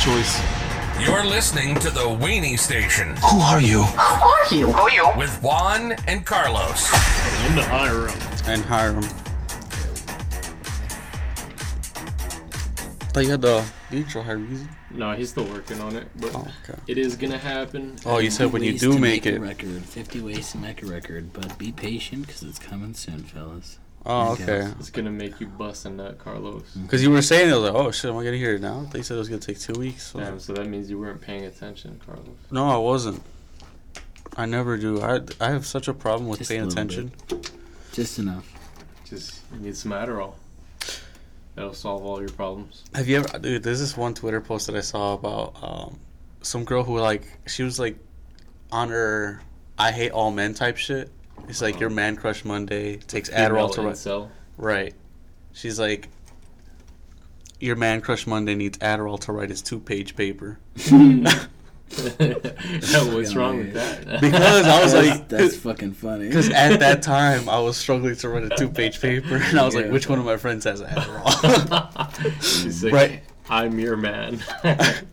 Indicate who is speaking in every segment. Speaker 1: choice.
Speaker 2: You're listening to the Weenie Station
Speaker 3: Who are you?
Speaker 4: Who are you?
Speaker 5: Who you?
Speaker 2: with Juan and Carlos.
Speaker 6: Into Hiram.
Speaker 3: And Hiram. Thought you had the intro, Hiram.
Speaker 6: No, he's still working on it, but
Speaker 3: Oh, okay.
Speaker 6: it is gonna happen.
Speaker 3: Oh, you said when you
Speaker 7: ways
Speaker 3: do
Speaker 7: to
Speaker 3: make
Speaker 7: a
Speaker 3: it.
Speaker 7: record. 50 ways to make a record, but be patient because it's coming soon, fellas.
Speaker 3: Oh, okay.
Speaker 6: It's gonna make you bust a nut, Carlos.
Speaker 3: Because you were saying, I was like, oh shit, am I gonna hear it now? They said it was gonna take two weeks. So-
Speaker 6: Damn, so that means you weren't paying attention, Carlos.
Speaker 3: No, I wasn't. I never do. I, I have such a problem with
Speaker 7: Just a
Speaker 3: paying
Speaker 7: little
Speaker 3: attention.
Speaker 7: Just enough.
Speaker 6: Just you need some Adderall. That'll solve all your problems.
Speaker 3: Have you ever, dude? There's this one Twitter post that I saw about um, some girl who like she was like on her "I hate all men" type shit. It's like
Speaker 7: Uh-huh.
Speaker 3: your man crush Monday takes Adderall to
Speaker 6: Female
Speaker 3: right.
Speaker 6: incel.
Speaker 3: Right. She's like, your man crush Monday needs Adderall to write his two-page paper.
Speaker 6: yeah, what's wrong with that?
Speaker 3: Because I was
Speaker 7: That's,
Speaker 3: like,
Speaker 7: that's fucking funny.
Speaker 3: Because at that time, I was struggling to write a two page paper, and I was like,
Speaker 7: Yeah.
Speaker 3: which one of my friends has Adderall?
Speaker 6: She's like,
Speaker 3: Right.
Speaker 6: I'm your man.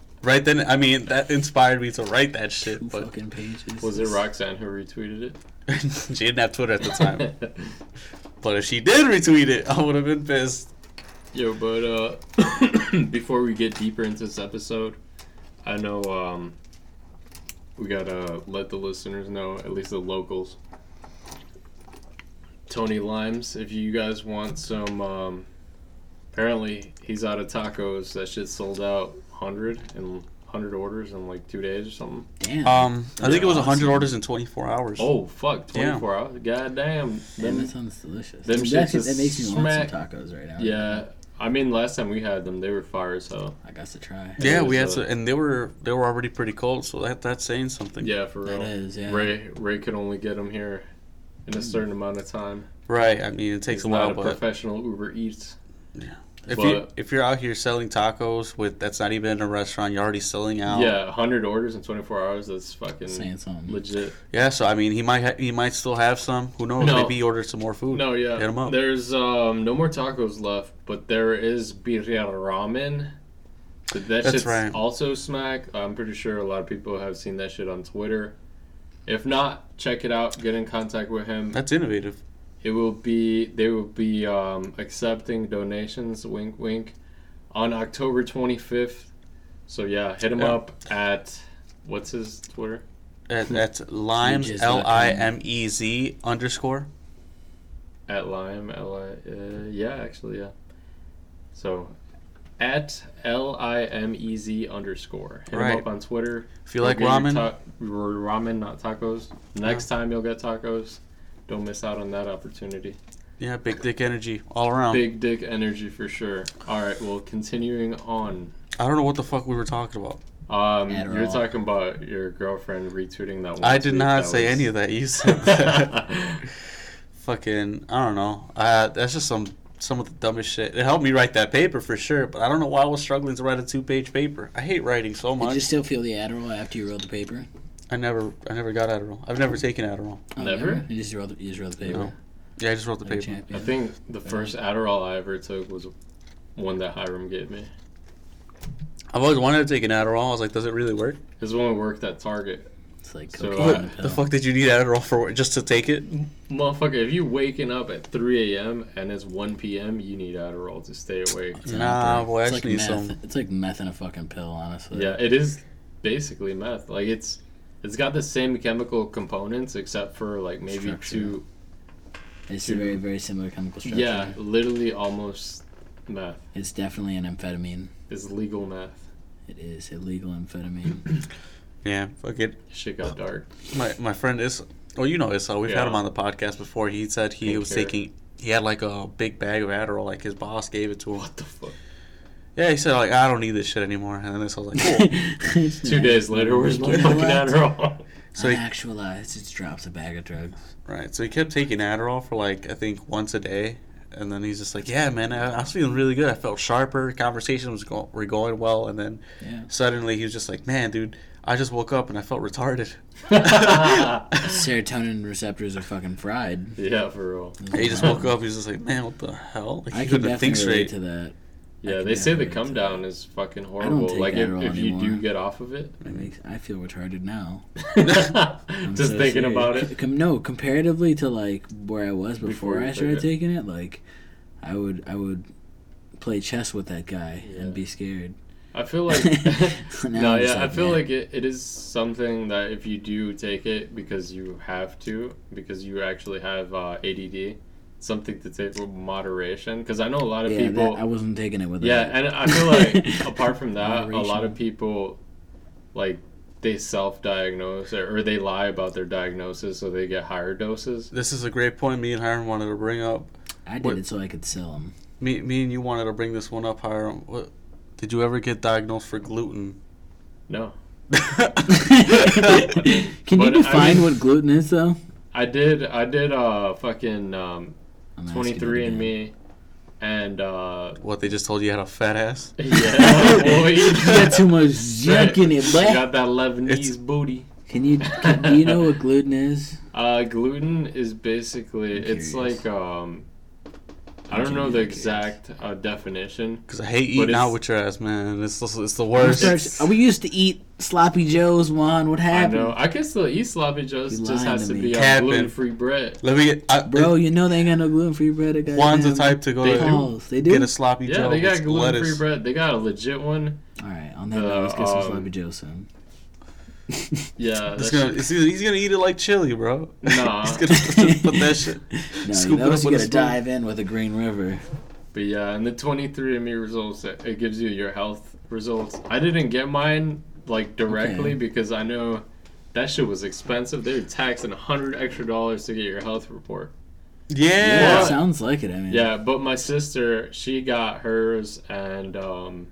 Speaker 3: right then, I mean, that inspired me to write that shit, but
Speaker 7: fucking pages.
Speaker 6: Was it Roxanne who retweeted
Speaker 3: she didn't have Twitter at the time.
Speaker 6: it?
Speaker 3: But if she did retweet it, I would have been pissed.
Speaker 6: Yo, but uh, before we get deeper into this episode, I know um, we gotta let the listeners know, at least the locals. Tony Limes, if you guys want some, um, apparently he's out of tacos. That shit sold out 100 and 100 orders in like two days or something.
Speaker 7: Damn.
Speaker 3: Um, I think it was
Speaker 7: Awesome.
Speaker 3: 100 orders in 24 hours.
Speaker 6: Oh fuck,
Speaker 3: Yeah.
Speaker 6: 24 hours. God damn.
Speaker 7: Damn, that
Speaker 6: Them,
Speaker 7: sounds delicious.
Speaker 6: them
Speaker 7: Dude,
Speaker 6: shits
Speaker 7: that, shit-
Speaker 6: is
Speaker 7: that makes me want
Speaker 6: smack-
Speaker 7: some tacos right now.
Speaker 6: yeah. I mean, last time we had them, they were fire as hell.
Speaker 7: I got to try.
Speaker 3: Yeah,
Speaker 6: it
Speaker 3: we had
Speaker 6: was,
Speaker 3: to,
Speaker 6: uh,
Speaker 3: and they were they were already pretty cold, so that that's saying something.
Speaker 6: Yeah, for real.
Speaker 7: That is, yeah.
Speaker 6: Ray Ray could only get him here in a certain amount of time.
Speaker 3: Right. I mean, it takes
Speaker 6: He's
Speaker 3: a while,
Speaker 6: not a
Speaker 3: but
Speaker 6: professional Uber Eats.
Speaker 3: if
Speaker 6: but-
Speaker 3: you if you're out here selling tacos with that's not even in a restaurant, you're already selling out.
Speaker 6: Yeah, 100 orders in 24 hours. That's fucking
Speaker 7: Saying something.
Speaker 6: legit.
Speaker 3: Yeah, so I mean, he might ha- he might still have some. Who knows?
Speaker 6: No.
Speaker 3: Maybe he ordered some more food.
Speaker 6: No, yeah.
Speaker 3: Hit 'em up.
Speaker 6: There's um, no more tacos left, but there is birria ramen. But that
Speaker 3: That's
Speaker 6: shit's
Speaker 3: right.
Speaker 6: also smack. I'm pretty sure a lot of people have seen that shit on Twitter. If not, check it out. Get in contact with him.
Speaker 3: That's innovative.
Speaker 6: It will be they will be um, accepting donations. Wink, wink. On October 25th. So yeah, hit him
Speaker 3: Yeah.
Speaker 6: up at what's his Twitter?
Speaker 3: That,
Speaker 6: Hmm.
Speaker 3: that's limes
Speaker 7: just
Speaker 3: L
Speaker 7: got
Speaker 3: I M E Z underscore.
Speaker 6: At Lime L I uh, yeah actually yeah. So at L I M E Z underscore. Hit
Speaker 3: Right.
Speaker 6: him up on Twitter.
Speaker 3: If you like
Speaker 6: You'll get
Speaker 3: ramen,
Speaker 6: your ta- ramen, not tacos. Next time you'll get tacos. Don't miss out on that opportunity.
Speaker 3: yeah, big dick energy all around.
Speaker 6: Big dick energy for sure. All right, well, continuing on.
Speaker 3: I don't know what the fuck we were talking about.
Speaker 6: Um,
Speaker 7: Adderall.
Speaker 6: you're talking about your girlfriend retweeting that. One
Speaker 3: I did
Speaker 6: tweet
Speaker 3: not
Speaker 6: that
Speaker 3: say
Speaker 6: was-
Speaker 3: any of that. You said that. Fucking, I don't know. Uh, that's just some some of the dumbest shit. It helped me write that paper for sure, but I don't know why I was struggling to write a two page paper. I hate writing so
Speaker 7: Did
Speaker 3: much.
Speaker 7: you still feel the Adderall after you rolled the paper?
Speaker 3: I never I never got Adderall. I've never taken Adderall.
Speaker 7: Oh,
Speaker 6: Never?
Speaker 7: You just rolled the, you just rolled the paper.
Speaker 3: No. Yeah, I just wrote the
Speaker 7: Like a
Speaker 3: paper.
Speaker 6: I
Speaker 7: champion.
Speaker 6: think the first Adderall I ever took was one that Hiram gave me.
Speaker 3: I've always wanted to take an Adderall. I was like, does it really work?
Speaker 6: It was when we worked at Target.
Speaker 7: It's like
Speaker 6: So, uh,
Speaker 7: cocaine in a pill.
Speaker 3: The fuck did you need Adderall for? Just to take it?
Speaker 6: Motherfucker, if you waking up at 3 a.m. and it's 1 p.m., you need Adderall to stay awake.
Speaker 7: It's an
Speaker 3: Nah,
Speaker 7: opera.
Speaker 3: boy, I
Speaker 7: it's
Speaker 3: just
Speaker 7: like
Speaker 3: need
Speaker 7: meth.
Speaker 3: some-
Speaker 7: It's like meth in a fucking pill, honestly.
Speaker 6: Yeah, it is basically meth. Like it's it's got the same chemical components except for like maybe
Speaker 7: Structure.
Speaker 6: two
Speaker 7: It's a very, very similar chemical structure.
Speaker 6: Yeah, literally almost meth.
Speaker 7: It's definitely an amphetamine.
Speaker 6: It's legal meth.
Speaker 7: It is illegal amphetamine.
Speaker 3: Yeah, fuck it.
Speaker 6: Shit got dark.
Speaker 3: My my friend is. Well, you know Issa. We've had
Speaker 6: Yeah.
Speaker 3: him on the podcast before. He said he
Speaker 6: Take
Speaker 3: was
Speaker 6: care.
Speaker 3: taking. He had like a big bag of Adderall. Like his boss gave it to him.
Speaker 6: What the fuck?
Speaker 3: Yeah, he said like I don't need this shit anymore. And then this I was like, cool.
Speaker 6: Two days later, where's my
Speaker 7: Get
Speaker 6: fucking
Speaker 7: relaxed.
Speaker 6: Adderall?
Speaker 3: so
Speaker 7: Uh-huh.
Speaker 3: he,
Speaker 7: Actualized, it drops a bag of drugs.
Speaker 3: right, so he kept taking Adderall for like I think once a day. And then he's just like, yeah, man, I, I was feeling really good. I felt sharper. Conversations was go- were going well. And then
Speaker 7: Yeah.
Speaker 3: suddenly he was just like, man, dude, I just woke up and I felt retarded.
Speaker 7: Serotonin receptors are fucking fried.
Speaker 6: yeah, for real.
Speaker 3: And he just woke up. He was just like, man, what the hell? Like,
Speaker 7: I
Speaker 3: he
Speaker 7: can
Speaker 3: couldn't
Speaker 7: definitely
Speaker 3: think
Speaker 7: relate
Speaker 3: straight.
Speaker 7: to that.
Speaker 6: Yeah,
Speaker 7: can
Speaker 6: they say the
Speaker 7: never-
Speaker 6: come down is fucking
Speaker 7: don't
Speaker 6: horrible.
Speaker 7: take
Speaker 6: Like if,
Speaker 7: Adderall
Speaker 6: if you do
Speaker 7: anymore.
Speaker 6: get off of it,
Speaker 7: It makes, I feel retarded now. I'm
Speaker 6: just
Speaker 7: so
Speaker 6: thinking
Speaker 7: serious.
Speaker 6: about it.
Speaker 7: Com- no, comparatively to like where I was before,
Speaker 6: Before you
Speaker 7: I
Speaker 6: took
Speaker 7: started
Speaker 6: it.
Speaker 7: taking it, like I would I would play chess with that guy
Speaker 6: Yeah.
Speaker 7: and be scared.
Speaker 6: I feel like
Speaker 7: So now
Speaker 6: no,
Speaker 7: I'm just
Speaker 6: yeah, I
Speaker 7: like,
Speaker 6: feel
Speaker 7: man.
Speaker 6: like it, it is something that if you do take it because you have to, because you actually have uh, ADD, something to take with moderation. Because I know a lot of
Speaker 7: Yeah,
Speaker 6: people.
Speaker 7: that, I wasn't taking it with
Speaker 6: yeah,
Speaker 7: that.
Speaker 6: and I feel like apart from that, a lot
Speaker 7: Moderation.
Speaker 6: of people like they self-diagnose or, or they lie about their diagnosis, so they get higher doses.
Speaker 3: This is a great point. Me and Hiram wanted to bring up.
Speaker 7: I did
Speaker 3: what-
Speaker 7: it so I could sell them.
Speaker 3: Me, me and you wanted to bring this one up, Hiram. What, did you ever get diagnosed for gluten?
Speaker 6: No,
Speaker 7: Can you
Speaker 6: But I
Speaker 7: define
Speaker 6: mean-
Speaker 7: what gluten is though?
Speaker 6: I did. I did. Uh, fucking um,
Speaker 7: I'm asking it
Speaker 6: twenty-three and
Speaker 7: again.
Speaker 6: me, and uh,
Speaker 3: what they just told you had a fat ass?
Speaker 6: Yeah, boy.
Speaker 7: you got too much junk in it,
Speaker 6: You
Speaker 7: but
Speaker 6: got that Lebanese
Speaker 3: It's-
Speaker 6: booty.
Speaker 7: can you can, do you know what gluten is?
Speaker 6: Uh, gluten is basically it's like
Speaker 7: curious.
Speaker 6: um, I
Speaker 7: I'm
Speaker 6: don't know the
Speaker 7: curious.
Speaker 6: exact uh, definition.
Speaker 3: Because I hate
Speaker 6: But
Speaker 3: eating out
Speaker 6: it's-
Speaker 3: with your ass, man. It's the- it's the
Speaker 7: Or
Speaker 3: worst.
Speaker 7: starts, uh, we used to eat sloppy joes, Juan. What
Speaker 6: I
Speaker 7: happened?
Speaker 6: know. I can still eat sloppy joes.
Speaker 7: You
Speaker 6: Just
Speaker 7: lying
Speaker 6: has
Speaker 7: to
Speaker 6: to
Speaker 7: me.
Speaker 6: be on
Speaker 3: Capping.
Speaker 6: gluten-free bread.
Speaker 3: Let me get I,
Speaker 7: Bro, you know they ain't got no gluten free bread. at
Speaker 3: Juan's the
Speaker 7: goddamn
Speaker 3: type to go
Speaker 6: They
Speaker 3: to
Speaker 7: Paul's. They do.
Speaker 3: get a sloppy
Speaker 6: Yeah,
Speaker 3: joe
Speaker 6: they got
Speaker 3: with
Speaker 6: gluten-free
Speaker 3: lettuce.
Speaker 6: bread. They got a legit one.
Speaker 7: All right, on that note, let's get
Speaker 6: Uh,
Speaker 7: some
Speaker 6: um,
Speaker 7: sloppy joe soon.
Speaker 6: Yeah,
Speaker 3: It's
Speaker 6: that's
Speaker 3: gonna, it's, he's gonna eat it like chili, bro.
Speaker 6: Nah.
Speaker 3: he's gonna just put that shit.
Speaker 7: No,
Speaker 3: Scoop
Speaker 7: you
Speaker 3: it up
Speaker 7: know you
Speaker 3: with a
Speaker 7: gotta
Speaker 3: spoon.
Speaker 7: dive in with a green river.
Speaker 6: But yeah, and the 23andMe results, it it gives you your health results. I didn't get mine like directly
Speaker 7: Okay.
Speaker 6: because I know that shit was expensive. They were taxing a hundred extra dollars to get your health report.
Speaker 3: Yeah.
Speaker 7: Yeah,
Speaker 6: Yeah.
Speaker 7: it sounds like it. I mean,
Speaker 6: Yeah, but my sister, she got hers, and um,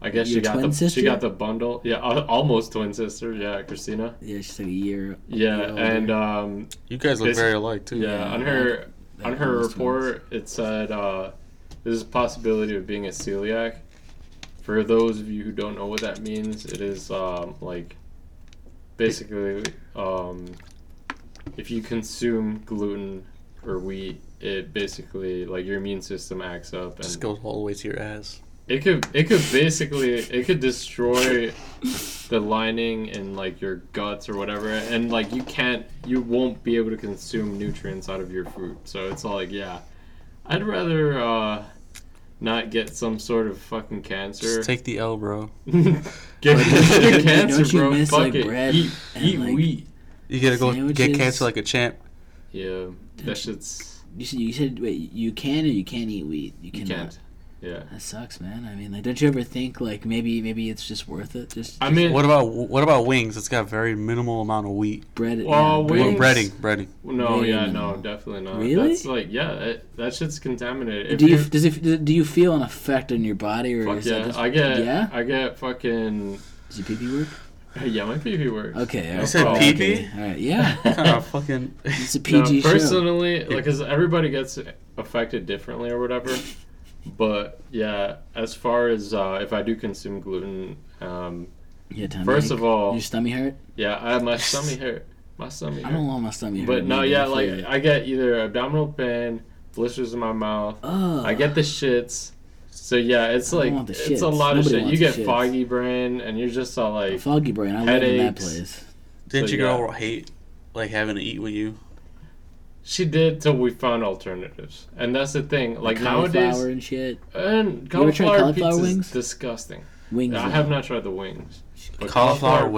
Speaker 6: I guess she
Speaker 7: Your
Speaker 6: got
Speaker 7: twin
Speaker 6: the
Speaker 7: sister?
Speaker 6: she got the bundle. Yeah, al- almost twin sister. Yeah, Christina.
Speaker 7: yeah, she's like a year.
Speaker 6: Yeah,
Speaker 7: year older.
Speaker 6: and um,
Speaker 3: You guys look
Speaker 6: It's-
Speaker 3: very alike too.
Speaker 6: yeah, on her
Speaker 7: They're
Speaker 6: on her
Speaker 7: almost twins.
Speaker 6: report it said uh, there's a possibility of being a celiac for those of you who don't know what that means it is um, like basically um, if you consume gluten or wheat it basically like your immune system acts up
Speaker 3: Just
Speaker 6: and
Speaker 3: goes all the way to your ass.
Speaker 6: it could it could basically it could destroy the lining and like your guts or whatever and like you can't you won't be able to consume nutrients out of your food so it's all like yeah i'd rather uh not get some sort of fucking cancer
Speaker 3: Just take the L, bro.
Speaker 6: get
Speaker 7: Don't you-
Speaker 6: cancer
Speaker 7: don't you
Speaker 6: bro
Speaker 7: miss,
Speaker 6: fuck
Speaker 7: like,
Speaker 6: it
Speaker 7: bread
Speaker 6: eat,
Speaker 7: and,
Speaker 6: eat
Speaker 7: like-
Speaker 6: wheat
Speaker 3: You gotta go get
Speaker 7: Sandwiches.
Speaker 3: cancer like a champ.
Speaker 6: yeah that
Speaker 7: you-
Speaker 6: shit's
Speaker 7: you said, you said wait, you can or you can't eat wheat. You
Speaker 6: you
Speaker 7: cannot.
Speaker 6: can't yeah
Speaker 7: That sucks, man. I mean, like, don't you ever think like maybe maybe it's just worth it? Just
Speaker 6: i mean
Speaker 3: What about what about wings? It's got very minimal amount of wheat.
Speaker 7: bread. it-
Speaker 6: Well,
Speaker 7: yeah,
Speaker 6: wait.
Speaker 7: bread.
Speaker 3: Well,
Speaker 6: Wings?
Speaker 3: breading, breading.
Speaker 6: no
Speaker 7: Really?
Speaker 6: yeah no definitely not
Speaker 7: Really?
Speaker 6: that's like yeah it, that shit's contaminated If
Speaker 7: do you
Speaker 6: you're-
Speaker 7: does it, do you feel an effect on your body or
Speaker 6: Fuck
Speaker 7: is
Speaker 6: yeah,
Speaker 7: that just,
Speaker 6: I get,
Speaker 7: yeah?
Speaker 6: I get fucking,
Speaker 7: Does your pee pee work?
Speaker 6: yeah, my pee pee works.
Speaker 7: Okay, all
Speaker 6: No
Speaker 7: right,
Speaker 3: said
Speaker 7: okay,
Speaker 3: pee-pee?
Speaker 7: All right, yeah,
Speaker 3: Kind of fucking.
Speaker 7: it's a
Speaker 6: No,
Speaker 7: PG show.
Speaker 6: personally, like, cause everybody gets affected differently or whatever. But yeah, as far as uh, if I do consume gluten, um,
Speaker 7: Yeah, Tommy,
Speaker 6: first of all,
Speaker 7: your stomach hurt.
Speaker 6: yeah, I my stomach hurt, my stomach
Speaker 7: I don't
Speaker 6: hurt.
Speaker 7: want my stomach hurt.
Speaker 6: But no,
Speaker 7: man,
Speaker 6: yeah,
Speaker 7: I feel
Speaker 6: like
Speaker 7: it.
Speaker 6: I get either abdominal pain, blisters in my mouth.
Speaker 7: Ugh.
Speaker 6: I get the shits. So yeah, it's
Speaker 7: I don't
Speaker 6: like
Speaker 7: want the
Speaker 6: it's a
Speaker 7: shits.
Speaker 6: lot
Speaker 7: Nobody
Speaker 6: of shit.
Speaker 7: wants
Speaker 6: You
Speaker 7: the
Speaker 6: get
Speaker 7: shits.
Speaker 6: foggy brain, and you're just all like,
Speaker 7: foggy brain. I live in that
Speaker 6: Headaches.
Speaker 7: place.
Speaker 3: Didn't
Speaker 6: So,
Speaker 3: your
Speaker 6: yeah.
Speaker 3: girl hate like having to eat with you?
Speaker 6: She did till we found alternatives, and that's the thing. Like
Speaker 7: Cauliflower
Speaker 6: nowadays,
Speaker 7: and shit.
Speaker 6: and
Speaker 7: You ever tried
Speaker 6: cauliflower,
Speaker 7: cauliflower
Speaker 6: pizza's
Speaker 7: wings?
Speaker 6: disgusting.
Speaker 7: Wings.
Speaker 6: I
Speaker 7: though.
Speaker 6: have not tried the wings. but
Speaker 3: Cauliflower
Speaker 6: pizza's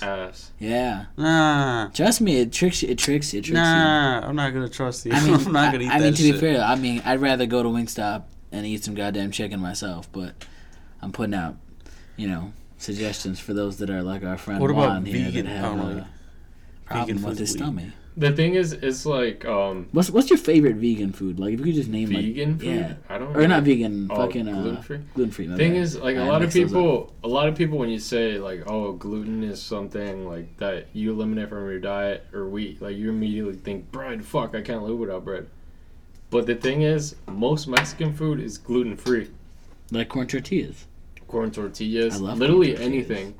Speaker 3: wings?
Speaker 6: Ass.
Speaker 7: Yeah,
Speaker 3: Nah,
Speaker 7: trust me, it tricks you. It tricks you. It tricks you.
Speaker 3: nah. I'm not gonna trust you.
Speaker 7: I mean,
Speaker 3: I'm not gonna eat
Speaker 7: I, I
Speaker 3: that
Speaker 7: mean, to
Speaker 3: shit.
Speaker 7: be fair, I mean, I'd rather go to Wingstop and eat some goddamn chicken myself. But I'm putting out, you know, suggestions for those that are like our friend
Speaker 3: What about
Speaker 7: Juan here
Speaker 3: vegan-
Speaker 7: that have
Speaker 3: oh,
Speaker 7: a
Speaker 3: like,
Speaker 7: problem
Speaker 3: vegan
Speaker 7: with
Speaker 3: food
Speaker 7: his
Speaker 3: we eat?
Speaker 7: stomach.
Speaker 6: The thing is, it's like um,
Speaker 7: What's What's your favorite vegan food? Like, if you could just name
Speaker 6: vegan
Speaker 7: like,
Speaker 6: food.
Speaker 7: yeah,
Speaker 6: I don't.
Speaker 7: or not vegan,
Speaker 6: Oh,
Speaker 7: fucking uh,
Speaker 6: gluten-free?
Speaker 7: Gluten free.
Speaker 6: Thing is, like a lot of people, a lot of people, when you say like, "Oh, gluten is something like that you eliminate from your diet or wheat," like you immediately think bread. Fuck, I can't live without bread. But the thing is, most Mexican food is gluten free.
Speaker 7: like corn tortillas.
Speaker 6: corn tortillas,
Speaker 7: I love
Speaker 6: literally
Speaker 7: corn tortillas.
Speaker 6: anything.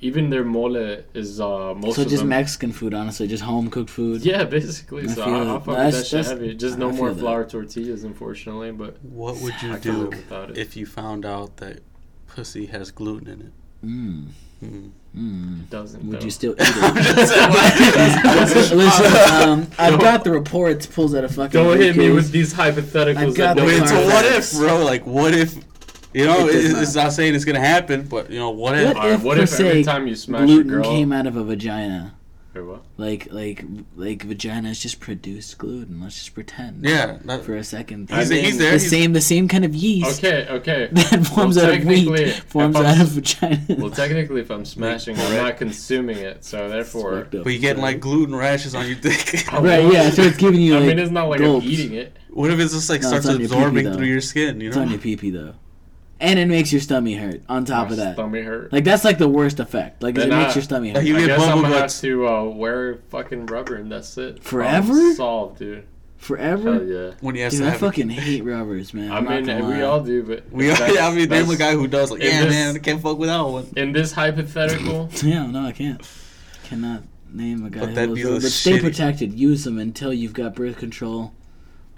Speaker 6: even their mole is uh, most
Speaker 7: so
Speaker 6: of
Speaker 7: just
Speaker 6: them.
Speaker 7: Mexican food, honestly, just home cooked food.
Speaker 6: yeah, basically.
Speaker 7: I
Speaker 6: so
Speaker 7: feel
Speaker 6: I, I
Speaker 7: that.
Speaker 6: fuck with
Speaker 7: That's-
Speaker 6: that shit
Speaker 7: that's-
Speaker 6: heavy. Just
Speaker 7: I
Speaker 6: no more
Speaker 7: feel that.
Speaker 6: flour tortillas, unfortunately. But
Speaker 3: What would you
Speaker 6: I can
Speaker 3: do
Speaker 6: live without it.
Speaker 3: if you found out that pussy has gluten in it?
Speaker 7: Mm.
Speaker 3: Mm.
Speaker 7: Mm.
Speaker 6: it doesn't.
Speaker 7: Would
Speaker 6: though.
Speaker 7: you still eat it?
Speaker 6: Listen,
Speaker 7: uh, Listen, um, I've
Speaker 6: No.
Speaker 7: got the reports. Pulls out a fucking.
Speaker 6: Don't hit me
Speaker 7: briefcase.
Speaker 6: with these hypotheticals.
Speaker 7: I've
Speaker 6: That
Speaker 7: got
Speaker 6: no
Speaker 7: the
Speaker 3: Wait,
Speaker 6: one's
Speaker 3: so
Speaker 7: Sorry.
Speaker 3: what if, bro? Like, what if? You know,
Speaker 7: It does
Speaker 3: it's,
Speaker 7: not.
Speaker 3: it's not saying it's gonna happen, but you know, what if?
Speaker 7: What
Speaker 6: Alright,
Speaker 7: if,
Speaker 6: what
Speaker 7: per
Speaker 6: if
Speaker 7: se,
Speaker 6: every time you smash a
Speaker 7: gluten
Speaker 6: girl?
Speaker 7: came out of a vagina?
Speaker 6: Or what?
Speaker 7: Like, like, like vaginas just produce gluten. Let's just pretend.
Speaker 3: Yeah, that,
Speaker 7: For a second.
Speaker 3: He's-
Speaker 7: the
Speaker 3: he's
Speaker 7: same-
Speaker 3: there,
Speaker 7: The
Speaker 3: he's-
Speaker 7: same, the same kind of yeast
Speaker 6: Okay, okay.
Speaker 7: that forms out of
Speaker 6: technically,
Speaker 7: wheat
Speaker 6: if
Speaker 7: forms
Speaker 6: I'm
Speaker 7: out
Speaker 6: s-
Speaker 7: of vagina.
Speaker 6: Well, technically, if I'm smashing, I'm not consuming it, so therefore.
Speaker 3: but you getting like gluten rashes on your dick.
Speaker 6: I
Speaker 7: Right,
Speaker 6: won't-
Speaker 7: yeah, so it's giving you
Speaker 6: I
Speaker 7: like.
Speaker 6: mean, it's not like
Speaker 7: gulps.
Speaker 6: I'm eating it.
Speaker 3: what if it just like
Speaker 7: No,
Speaker 3: starts
Speaker 7: it's on your pee-pee,
Speaker 3: absorbing
Speaker 7: though.
Speaker 3: through your skin? You
Speaker 7: It's on
Speaker 3: know,
Speaker 7: your pee pee though, and it makes your stomach hurt. On top
Speaker 6: My
Speaker 7: of that,
Speaker 6: stomach hurt.
Speaker 7: like that's like the worst effect. Like is it
Speaker 6: Then
Speaker 7: makes
Speaker 6: I-
Speaker 7: your stomach
Speaker 3: Like,
Speaker 7: hurt
Speaker 3: you
Speaker 6: I
Speaker 3: get
Speaker 6: guess I'm
Speaker 3: bubble
Speaker 6: gonna have
Speaker 3: guts.
Speaker 6: to uh, wear fucking rubber, and that's it.
Speaker 7: Forever?
Speaker 6: Problem solved, dude. Hell
Speaker 7: forever.
Speaker 6: yeah.
Speaker 3: when he has
Speaker 7: Dude,
Speaker 3: to
Speaker 7: I
Speaker 3: have it.
Speaker 7: fucking hate rubbers, man.
Speaker 6: I
Speaker 7: I'm not
Speaker 6: mean,
Speaker 7: gonna
Speaker 6: we
Speaker 7: lie.
Speaker 6: all do, but
Speaker 3: We are,
Speaker 6: that's-
Speaker 3: I mean, there's a
Speaker 6: that's-
Speaker 3: guy who does like,
Speaker 6: in
Speaker 3: yeah,
Speaker 6: this-
Speaker 3: man, I can't fuck without one.
Speaker 6: In this hypothetical,
Speaker 7: Yeah, no, I can't. Cannot name a guy.
Speaker 3: But
Speaker 7: who
Speaker 3: that'd
Speaker 7: was
Speaker 3: be
Speaker 7: ill,
Speaker 3: the
Speaker 7: but stay
Speaker 3: shitty-
Speaker 7: protected. Use them until you've got birth control.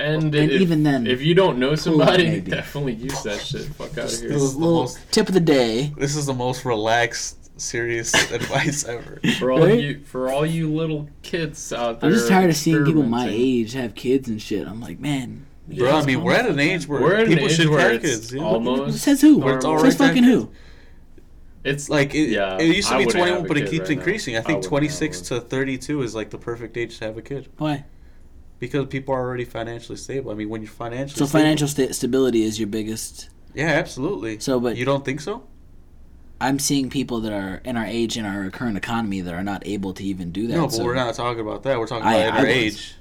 Speaker 6: and,
Speaker 7: And
Speaker 6: if-
Speaker 7: even then,
Speaker 6: if you don't know somebody,
Speaker 7: maybe.
Speaker 6: definitely use that shit. Fuck out of here.
Speaker 3: This is the
Speaker 7: Little
Speaker 3: most,
Speaker 7: tip of the day.
Speaker 3: this is the most relaxed, serious advice ever.
Speaker 6: For all
Speaker 7: Right?
Speaker 6: you, for all you little kids out there,
Speaker 7: I'm just tired of seeing people my
Speaker 6: experimenting.
Speaker 7: age have kids and shit. I'm like, man.
Speaker 3: Bro, I mean, we're at an age where
Speaker 6: We're at an
Speaker 3: people
Speaker 6: age
Speaker 3: should
Speaker 6: where
Speaker 3: have
Speaker 6: it's
Speaker 3: kids. You know?
Speaker 6: almost-
Speaker 7: Says who?
Speaker 6: Where
Speaker 3: it's already
Speaker 7: Says fucking who?
Speaker 6: It's like
Speaker 3: Like it,
Speaker 6: Yeah,
Speaker 3: it used to
Speaker 6: I
Speaker 3: be
Speaker 6: wouldn't have
Speaker 3: 21,
Speaker 6: a
Speaker 3: but it
Speaker 6: kid
Speaker 3: keeps
Speaker 6: right now.
Speaker 3: increasing.
Speaker 6: I
Speaker 3: I think
Speaker 6: wouldn't have
Speaker 3: 26 to 32 is like the perfect age to have a kid
Speaker 7: Why?
Speaker 3: because people are already financially stable. I mean, when you're financially
Speaker 7: So
Speaker 3: stable-
Speaker 7: financial sta- stability is your biggest.
Speaker 3: yeah, absolutely.
Speaker 7: So, but
Speaker 3: you don't think so?
Speaker 7: I'm seeing people that are in our age in our current economy that are not able to even do that.
Speaker 3: no, but
Speaker 7: so
Speaker 3: we're not talking about that. We're talking
Speaker 7: I-
Speaker 3: about at
Speaker 7: I
Speaker 3: our
Speaker 7: was.
Speaker 3: age.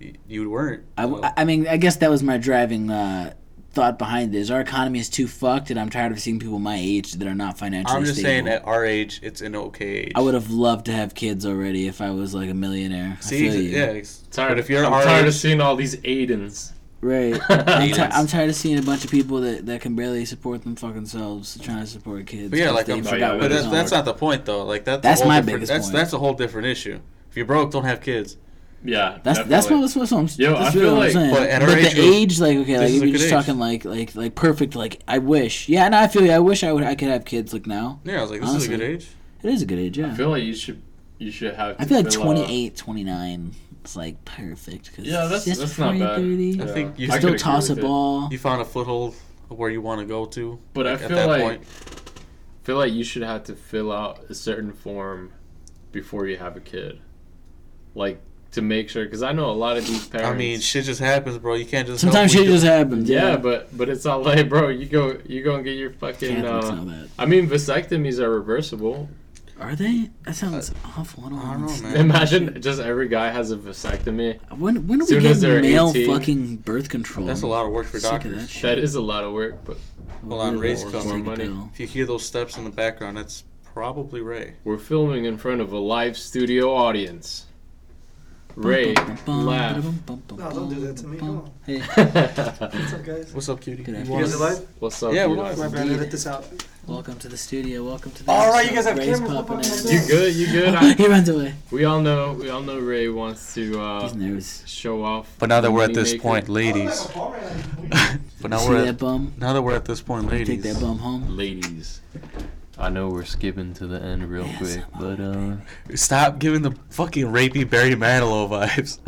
Speaker 3: Y- You weren't.
Speaker 7: I,
Speaker 3: so.
Speaker 7: I- I mean, I guess that was my driving uh, thought behind this. Our economy is too fucked, and I'm tired of seeing people my age that are not financially
Speaker 3: I'm just
Speaker 7: stable.
Speaker 3: saying, at our age, it's an okay age.
Speaker 7: I would have loved to have kids already if I was like a millionaire.
Speaker 3: See,
Speaker 7: I feel you.
Speaker 3: yeah. it's-
Speaker 6: tired.
Speaker 3: But if you're
Speaker 6: I'm
Speaker 3: our
Speaker 6: tired
Speaker 3: age,
Speaker 6: of seeing all these Aidens.
Speaker 7: Right. I'm, ti-
Speaker 3: Yes.
Speaker 7: I'm tired of seeing a bunch of people that, that can barely support them fucking selves trying to support kids.
Speaker 3: But yeah,
Speaker 7: 'cause
Speaker 3: like,
Speaker 7: they
Speaker 3: I'm-
Speaker 7: forgot
Speaker 6: yeah,
Speaker 7: what
Speaker 3: But
Speaker 7: it
Speaker 3: that's,
Speaker 7: was
Speaker 3: that's
Speaker 7: all
Speaker 3: not the point, though. Like that's a
Speaker 7: That's
Speaker 3: whole
Speaker 7: my
Speaker 3: different-
Speaker 7: biggest
Speaker 3: That's
Speaker 7: point.
Speaker 3: that's a whole different issue. If you're broke, don't have kids.
Speaker 6: Yeah,
Speaker 7: That's that's what
Speaker 6: definitely.
Speaker 7: that's what I'm.
Speaker 6: Yo,
Speaker 7: that's
Speaker 6: I
Speaker 7: really
Speaker 6: feel
Speaker 7: what I'm
Speaker 6: like-
Speaker 7: saying.
Speaker 3: but at our age
Speaker 7: the
Speaker 3: group,
Speaker 7: age, like okay, like
Speaker 3: is
Speaker 7: if
Speaker 3: a
Speaker 7: you're
Speaker 3: good
Speaker 7: just
Speaker 3: age.
Speaker 7: talking like like like perfect, like I wish. Yeah, and I feel you. I wish I would. I could have kids like now.
Speaker 3: Yeah, I was like, this is
Speaker 7: Honestly.
Speaker 3: a good age.
Speaker 7: It is a good age. Yeah,
Speaker 6: I feel like you should, you should have.
Speaker 7: I
Speaker 6: to
Speaker 7: feel like
Speaker 6: fill out-
Speaker 7: 28, 29 is like perfect. Cause
Speaker 6: Yeah, that's-
Speaker 7: it's just
Speaker 6: that's not
Speaker 7: before
Speaker 6: bad.
Speaker 7: you're 30.
Speaker 3: I
Speaker 6: Yeah.
Speaker 3: think you
Speaker 6: I
Speaker 7: You
Speaker 3: could
Speaker 7: still
Speaker 6: agree
Speaker 7: toss a
Speaker 6: with it.
Speaker 7: ball.
Speaker 3: You found a foothold of where you want to go to.
Speaker 6: But I
Speaker 3: at
Speaker 6: feel
Speaker 3: that
Speaker 6: like
Speaker 3: point.
Speaker 6: I feel like you should have to fill out a certain form before you have a kid, like to make sure. Because I know a lot of these parents.
Speaker 3: I mean, shit just happens, bro. You can't just.
Speaker 7: Sometimes
Speaker 3: help
Speaker 7: shit just happens.
Speaker 6: yeah,
Speaker 7: Yeah,
Speaker 6: but but it's not like, bro, you go you go and get your fucking.
Speaker 7: Catholics
Speaker 6: Uh,
Speaker 7: know that.
Speaker 6: I mean, vasectomies are reversible.
Speaker 7: Are they? That sounds awful. I don't,
Speaker 3: Uh, I don't
Speaker 7: know.
Speaker 3: know, man.
Speaker 6: Imagine just every guy has a vasectomy.
Speaker 7: When when are we
Speaker 6: Soon as they're
Speaker 7: getting male
Speaker 6: 18.
Speaker 7: fucking birth control?
Speaker 3: That's a lot of work for
Speaker 7: I'm sick of that
Speaker 3: doctors.
Speaker 7: shit.
Speaker 6: That is a lot of work, but
Speaker 3: Hold on, Ray's
Speaker 7: Take a
Speaker 3: coming.
Speaker 6: money.
Speaker 7: pill.
Speaker 3: If you hear those steps in the background, that's probably Ray.
Speaker 6: we're filming in front of a live studio audience. Ray, laugh.
Speaker 1: No, don't do that to me. Come on.
Speaker 7: Hey,
Speaker 1: What's up, guys?
Speaker 3: What's up, cutie?
Speaker 7: Good
Speaker 3: You
Speaker 7: afternoon.
Speaker 1: You guys
Speaker 3: wanna-
Speaker 1: alive?
Speaker 6: What's up?
Speaker 3: Yeah,
Speaker 6: dude?
Speaker 3: we're live.
Speaker 1: Why
Speaker 7: Indeed.
Speaker 1: Brad, edit this out.
Speaker 7: welcome to the studio. Welcome to the.
Speaker 3: All right, you
Speaker 7: episode.
Speaker 3: guys have
Speaker 7: Ray's
Speaker 3: cameras up
Speaker 7: popping
Speaker 1: on
Speaker 7: in.
Speaker 1: my
Speaker 6: You good? You good? I,
Speaker 7: he runs away.
Speaker 6: we all know. We all know Ray wants to
Speaker 7: He's
Speaker 6: uh,
Speaker 7: nervous.
Speaker 6: show off.
Speaker 3: But now that we're at
Speaker 6: money
Speaker 3: this
Speaker 6: maker.
Speaker 3: point, ladies. But now
Speaker 7: See
Speaker 3: we're
Speaker 7: that
Speaker 3: at,
Speaker 7: bum?
Speaker 3: now that we're at this point,
Speaker 7: You Take
Speaker 3: ladies.
Speaker 7: that bum home.
Speaker 6: ladies. I know we're skipping to the end real
Speaker 7: Yes,
Speaker 6: quick,
Speaker 7: I'm
Speaker 6: but uh,
Speaker 3: Stop giving the fucking rapey Barry Manilow vibes.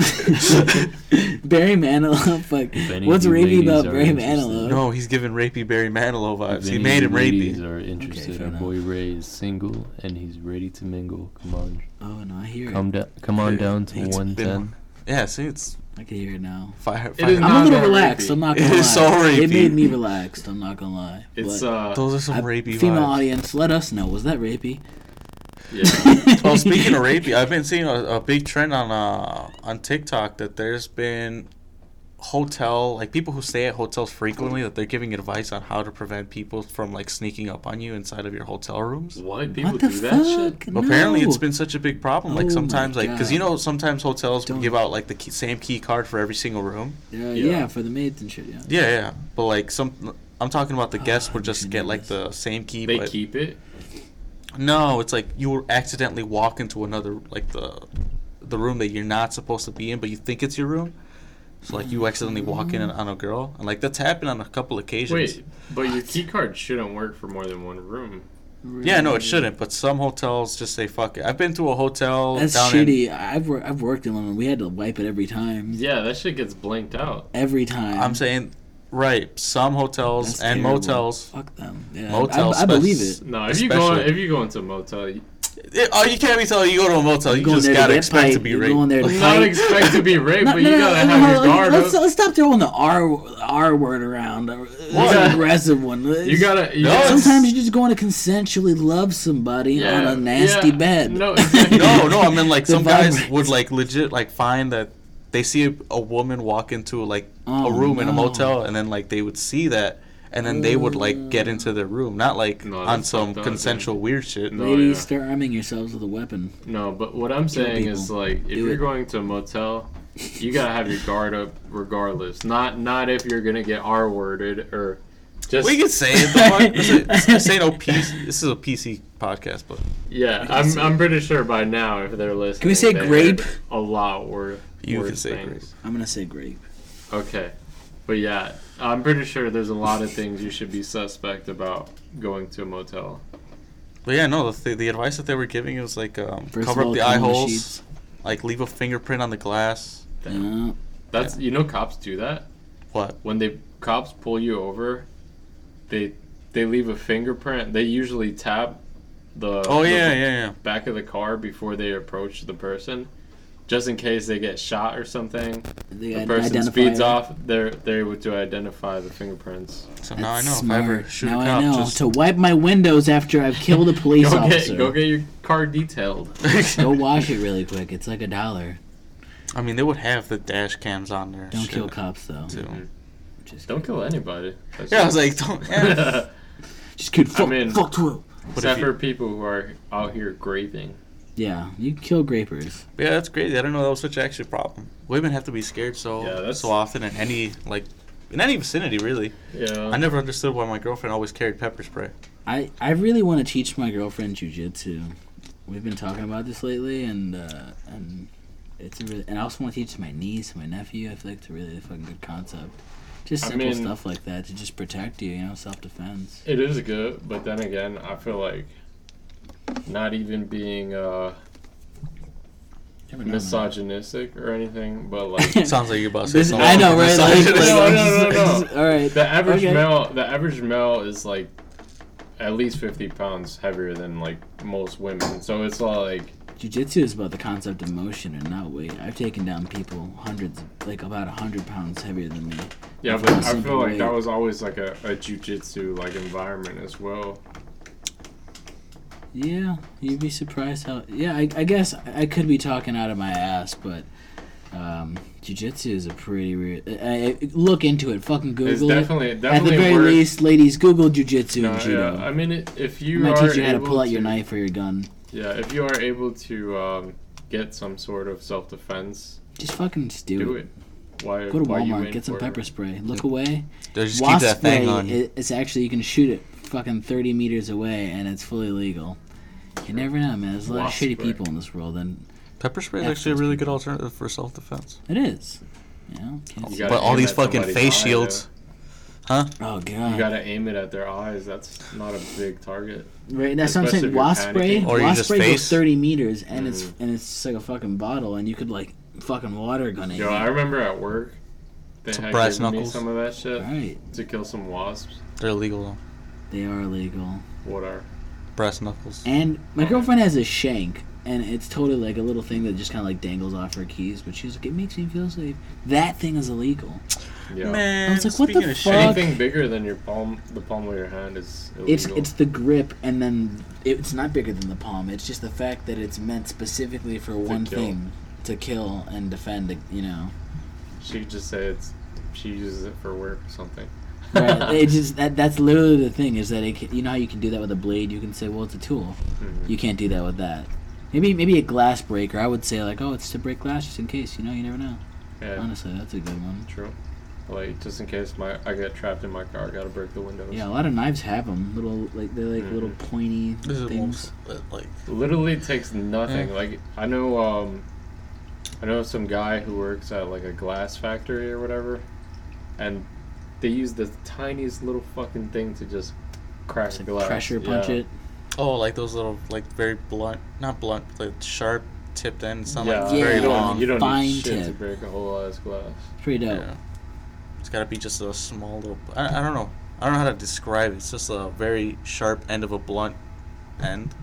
Speaker 7: Barry Manilow. Fuck.
Speaker 6: any
Speaker 7: What's
Speaker 6: of you
Speaker 7: rapey
Speaker 6: ladies
Speaker 7: about
Speaker 6: are
Speaker 7: Barry
Speaker 6: interested-
Speaker 7: Manilow?
Speaker 3: no, he's giving rapey Barry Manilow vibes.
Speaker 6: if
Speaker 3: He
Speaker 6: any
Speaker 3: made him
Speaker 6: uh, ladies
Speaker 3: rapey.
Speaker 6: Are interested?
Speaker 7: fair
Speaker 6: Our
Speaker 7: enough.
Speaker 6: boy Ray is single and he's ready to mingle. Come on,
Speaker 7: Oh no, I hear
Speaker 6: come down, come on
Speaker 3: Yeah,
Speaker 6: down to
Speaker 3: it's
Speaker 6: one
Speaker 3: been-
Speaker 6: ten.
Speaker 3: Yeah, see, it's
Speaker 7: it. I can hear it now.
Speaker 3: fire.
Speaker 6: It is
Speaker 3: fire-
Speaker 7: I'm
Speaker 6: Not
Speaker 7: a little
Speaker 6: that
Speaker 7: relaxed.
Speaker 6: rapey.
Speaker 7: I'm not
Speaker 3: It
Speaker 7: gonna lie.
Speaker 3: is so
Speaker 7: It
Speaker 3: rapey.
Speaker 7: made me relaxed. I'm not gonna lie.
Speaker 6: It's
Speaker 7: But
Speaker 6: uh,
Speaker 3: Those are some
Speaker 7: I-
Speaker 3: rapey
Speaker 7: female
Speaker 3: vibes.
Speaker 7: audience. Let us know. Was that rapey?
Speaker 6: yeah.
Speaker 3: well, Oh, speaking of rapey, I've been seeing a, a big trend on uh, on TikTok that there's been hotel like people who stay at hotels frequently that they're giving advice on how to prevent people from like sneaking up on you inside of your hotel rooms.
Speaker 6: Why people
Speaker 7: what
Speaker 6: do
Speaker 7: the
Speaker 6: that shit?
Speaker 7: fuck? No.
Speaker 3: Apparently, it's been such a big problem. Like
Speaker 7: Oh my
Speaker 3: sometimes, like because you
Speaker 7: God.
Speaker 3: know sometimes hotels
Speaker 7: Don't-
Speaker 3: give out like the key, same key card for every single room.
Speaker 7: Uh, yeah.
Speaker 6: Yeah.
Speaker 7: for the maids and shit. Yeah.
Speaker 3: Yeah, yeah. But like some, I'm talking about the guests
Speaker 7: Ah,
Speaker 3: would
Speaker 7: I
Speaker 3: just
Speaker 7: didn't
Speaker 3: get
Speaker 7: know
Speaker 3: like
Speaker 7: this.
Speaker 3: the same key.
Speaker 6: They
Speaker 3: but
Speaker 6: keep it.
Speaker 3: No, it's like you accidentally walk into another like the the room that you're not supposed to be in, but you think it's your room. So like you accidentally walk in
Speaker 7: Mm-hmm.
Speaker 3: on a girl, and like that's happened on a couple occasions.
Speaker 6: Wait, but your key card shouldn't work for more than one room.
Speaker 3: Yeah, no, it shouldn't. But some hotels just say fuck it. I've been to a hotel
Speaker 7: That's
Speaker 3: down in
Speaker 7: shitty. I've wor- I've worked in one and we had to wipe it every time.
Speaker 6: Yeah, that shit gets blanked out.
Speaker 7: Every time.
Speaker 3: I'm saying, right? Some hotels
Speaker 7: That's
Speaker 3: and
Speaker 7: terrible.
Speaker 3: motels.
Speaker 7: Fuck them. Yeah, I-
Speaker 3: Motels.
Speaker 7: I, I believe it.
Speaker 3: spec-
Speaker 6: No, if you go
Speaker 3: especially-
Speaker 6: if you go into a motel, you-
Speaker 3: It- oh, you can't be telling you go to a motel. You
Speaker 7: going
Speaker 3: just
Speaker 7: there to
Speaker 3: gotta
Speaker 7: get
Speaker 3: expect to
Speaker 7: paid.
Speaker 3: be
Speaker 7: You're
Speaker 3: raped.
Speaker 7: going there to
Speaker 6: not
Speaker 7: Like-
Speaker 6: expect to be raped,
Speaker 7: No,
Speaker 6: but
Speaker 7: no,
Speaker 6: you
Speaker 7: no,
Speaker 6: gotta
Speaker 7: no,
Speaker 6: have
Speaker 7: no,
Speaker 6: your
Speaker 7: like,
Speaker 6: guard
Speaker 7: let's,
Speaker 6: up.
Speaker 7: let's stop throwing the R R word around. It's
Speaker 6: What?
Speaker 7: an aggressive one.
Speaker 6: You gotta. You
Speaker 3: No,
Speaker 6: gotta-
Speaker 3: it's-
Speaker 7: Sometimes you just going to consensually love somebody on a nasty
Speaker 6: yeah,
Speaker 7: bed.
Speaker 6: No, exactly.
Speaker 3: no, no. I mean, like
Speaker 7: The
Speaker 3: some guys
Speaker 7: vibrance.
Speaker 3: would like legit like find that they see a, a woman walk into like
Speaker 7: Oh,
Speaker 3: a room in a
Speaker 7: no.
Speaker 3: motel, and then like they would see that, and then they would like get into their room, not like
Speaker 6: No,
Speaker 3: on
Speaker 6: that's
Speaker 3: some
Speaker 6: fucked up,
Speaker 3: consensual weird shit.
Speaker 6: No.
Speaker 7: Ladies,
Speaker 6: yeah.
Speaker 7: start arming yourselves with a weapon.
Speaker 6: No, but what I'm saying is
Speaker 7: people.
Speaker 6: like if
Speaker 7: Do
Speaker 6: you're
Speaker 7: it.
Speaker 6: going to a motel, you gotta have your guard up regardless. Not not if you're gonna get R worded or just
Speaker 3: We can say it. The fuck? This, is, this ain't no PC. This is a PC podcast, but
Speaker 6: yeah. I'm I'm pretty sure by now if they're listening.
Speaker 7: Can we say
Speaker 6: they heard
Speaker 7: grape?
Speaker 6: A lot wor-
Speaker 3: you
Speaker 6: worse
Speaker 3: can say
Speaker 6: things.
Speaker 3: rape.
Speaker 7: I'm gonna say grape.
Speaker 6: Okay, but yeah, I'm pretty sure there's a lot of things you should be suspect about going to a motel.
Speaker 3: But yeah, no. The, th- the advice that they were giving was like um,
Speaker 7: First
Speaker 3: cover up
Speaker 7: of all,
Speaker 3: the
Speaker 7: clean
Speaker 3: eye
Speaker 7: the
Speaker 3: holes,
Speaker 7: sheets.
Speaker 3: like leave a fingerprint on the glass.
Speaker 7: Yeah.
Speaker 6: That's you know cops do that
Speaker 3: What?
Speaker 6: when they cops pull you over, they they leave a fingerprint. They usually tap the
Speaker 3: Oh
Speaker 6: the
Speaker 3: yeah, yeah, yeah.
Speaker 6: back of the car before they approach the person, just in case they get shot or something. The
Speaker 7: They id-
Speaker 6: person
Speaker 7: identify
Speaker 6: speeds
Speaker 7: it.
Speaker 6: off. They're they're able to identify the fingerprints.
Speaker 3: So
Speaker 7: That's
Speaker 3: now I know.
Speaker 7: smart.
Speaker 3: If I ever shoot
Speaker 7: now
Speaker 3: a cop,
Speaker 7: I know
Speaker 3: just
Speaker 7: to wipe my windows after I've killed a police
Speaker 6: Go
Speaker 7: officer.
Speaker 6: get go get your car detailed.
Speaker 7: Go wash it really quick. It's like a dollar.
Speaker 3: I mean, they would have the dash cams on there. and
Speaker 7: Don't
Speaker 3: shit,
Speaker 7: kill cops though.
Speaker 3: too.
Speaker 7: Just,
Speaker 6: Don't kill anybody. That's
Speaker 3: Yeah, I was
Speaker 6: just-
Speaker 3: like, don't. Yeah.
Speaker 7: just kid. Fuck,
Speaker 6: mean-
Speaker 7: fuck twelve.
Speaker 6: Except
Speaker 3: you-
Speaker 6: for people who are out here graving.
Speaker 7: Yeah, you kill grapers.
Speaker 3: yeah, that's crazy. I didn't know that was such an actual problem. Women have to be scared so
Speaker 6: Yeah, that's-
Speaker 3: so often in any like in any vicinity, really.
Speaker 6: Yeah.
Speaker 3: I never understood why my girlfriend always carried pepper spray.
Speaker 7: I, I really want to teach my girlfriend jujitsu. We've been talking about this lately, and uh, and it's a really, and I also want to teach my niece, my nephew. I feel like it's a really fucking good concept. Just
Speaker 6: I
Speaker 7: simple
Speaker 6: mean-
Speaker 7: stuff like that to just protect you, you know, self defense.
Speaker 6: It is good, but then again, I feel like not even being uh, misogynistic or anything, but like
Speaker 3: Sounds like you're about to say
Speaker 7: This,
Speaker 3: something.
Speaker 7: I know, right? Like,
Speaker 3: misogynist.
Speaker 7: like,
Speaker 6: No,
Speaker 7: I'm
Speaker 6: no, no,
Speaker 7: just-
Speaker 6: no.
Speaker 7: I'm just- all right.
Speaker 6: the average
Speaker 7: Okay.
Speaker 6: male, the average male is like at least fifty pounds heavier than like most women. So it's all like
Speaker 7: Jiu-jitsu is about the concept of motion and not weight. I've taken down people hundreds, like about a hundred pounds heavier than me.
Speaker 6: yeah,
Speaker 7: Of
Speaker 6: but I
Speaker 7: course,
Speaker 6: feel like that
Speaker 7: right.
Speaker 6: was always like a, a jujitsu like environment as well.
Speaker 7: Yeah, you'd be surprised how. Yeah, I, I guess I could be talking out of my ass, but um, jujitsu is a pretty. Re- I, I, look into it. Fucking Google
Speaker 6: It's
Speaker 7: it.
Speaker 6: definitely
Speaker 7: At the
Speaker 6: definitely
Speaker 7: very
Speaker 6: worth.
Speaker 7: least, ladies, Google jujitsu
Speaker 6: no,
Speaker 7: and
Speaker 6: yeah,
Speaker 7: judo.
Speaker 6: I mean, it, if
Speaker 7: I
Speaker 6: you
Speaker 7: might
Speaker 6: are
Speaker 7: teach you how to
Speaker 6: able
Speaker 7: pull out your
Speaker 6: to-
Speaker 7: knife or your gun.
Speaker 6: Yeah, if you are able to um, get some sort of self defense,
Speaker 7: Just fucking just do,
Speaker 6: do
Speaker 7: it.
Speaker 6: it. Why?
Speaker 7: Go to
Speaker 6: why you
Speaker 7: Walmart,
Speaker 6: waiting
Speaker 7: get some
Speaker 6: for it?
Speaker 7: pepper spray. Look away.
Speaker 3: Just keep
Speaker 7: Wasp
Speaker 3: that thing
Speaker 7: spray.
Speaker 3: on.
Speaker 7: i- It's actually you can shoot it fucking thirty meters away, and it's fully legal. You never know, man. There's a lot
Speaker 6: Wasp
Speaker 7: of shitty
Speaker 6: spray.
Speaker 7: people in this world, and
Speaker 3: pepper spray is
Speaker 7: Yeah,
Speaker 3: actually a really good alternative for self-defense.
Speaker 7: it is. You know, can't
Speaker 6: You
Speaker 7: say-
Speaker 6: gotta
Speaker 3: But all
Speaker 6: aim
Speaker 3: these
Speaker 6: at
Speaker 3: fucking
Speaker 6: somebody's
Speaker 3: face
Speaker 6: eye,
Speaker 3: shields.
Speaker 7: oh god.
Speaker 6: though. You gotta aim it at their eyes. That's not a big target.
Speaker 7: Right, that's what I'm
Speaker 6: Especially
Speaker 7: saying.
Speaker 6: if you're
Speaker 7: Wasp spray,
Speaker 6: panicking. Mm.
Speaker 3: Or you
Speaker 7: wasp
Speaker 3: just
Speaker 7: spray
Speaker 3: face.
Speaker 7: goes 30 meters, and it's and it's just like a fucking bottle, and you could like fucking water gun it.
Speaker 6: Yo, I remember at work, they
Speaker 3: Some
Speaker 6: had
Speaker 3: brass
Speaker 6: given me
Speaker 3: knuckles.
Speaker 6: some of that shit
Speaker 7: right,
Speaker 6: to kill some wasps.
Speaker 3: They're illegal though.
Speaker 7: they are illegal.
Speaker 6: What are?
Speaker 3: Brass knuckles.
Speaker 7: And my girlfriend has a shank, and it's totally like a little thing that just kind of like dangles off her keys. But she's like, it makes me feel safe. That thing is illegal.
Speaker 6: Yeah.
Speaker 3: Man,
Speaker 7: I was like, what the
Speaker 3: speaking of
Speaker 7: fuck?
Speaker 3: shit,
Speaker 6: Anything bigger than your palm, the palm of your hand is illegal.
Speaker 7: It's it's the grip, and then it's not bigger than the palm. It's just the fact that it's meant specifically for one
Speaker 6: kill.
Speaker 7: thing, to kill and defend. You know,
Speaker 6: she could just say it's. She uses it for work or something.
Speaker 7: right? it just that that's literally the thing is that it can, you know how you can do that with a blade. You can say, well, it's a tool.
Speaker 6: Mhm.
Speaker 7: You can't do that with that. Maybe maybe a glass breaker. I would say like, oh, it's to break glass just in case. You know, you never know.
Speaker 6: Yeah,
Speaker 7: Honestly, that's a good one.
Speaker 6: true. like just in case my I get trapped in my car, I gotta break the windows.
Speaker 7: Yeah, a lot of knives have them. Little like they're like little
Speaker 6: Mm-hmm.
Speaker 7: pointy
Speaker 3: This is
Speaker 7: things.
Speaker 3: one that, like
Speaker 6: Literally takes nothing.
Speaker 7: Mm.
Speaker 6: Like I know, um, I know some guy who works at like a glass factory or whatever, and they use the tiniest little fucking thing to just crack
Speaker 7: Just, like,
Speaker 6: glass.
Speaker 7: pressure punch
Speaker 6: Yeah.
Speaker 7: it.
Speaker 3: oh, like those little like very blunt, not blunt, like sharp tipped ends. It's not
Speaker 6: Yeah,
Speaker 3: like
Speaker 7: Yeah.
Speaker 3: very
Speaker 6: you don't,
Speaker 3: long.
Speaker 6: You don't
Speaker 7: Fine
Speaker 6: need shit to
Speaker 7: tip.
Speaker 6: break a whole ass glass.
Speaker 7: Pretty dope.
Speaker 3: Yeah. It's gotta be just a small little. I, I don't know. I don't know how to describe it. It's just a very sharp end of a blunt end.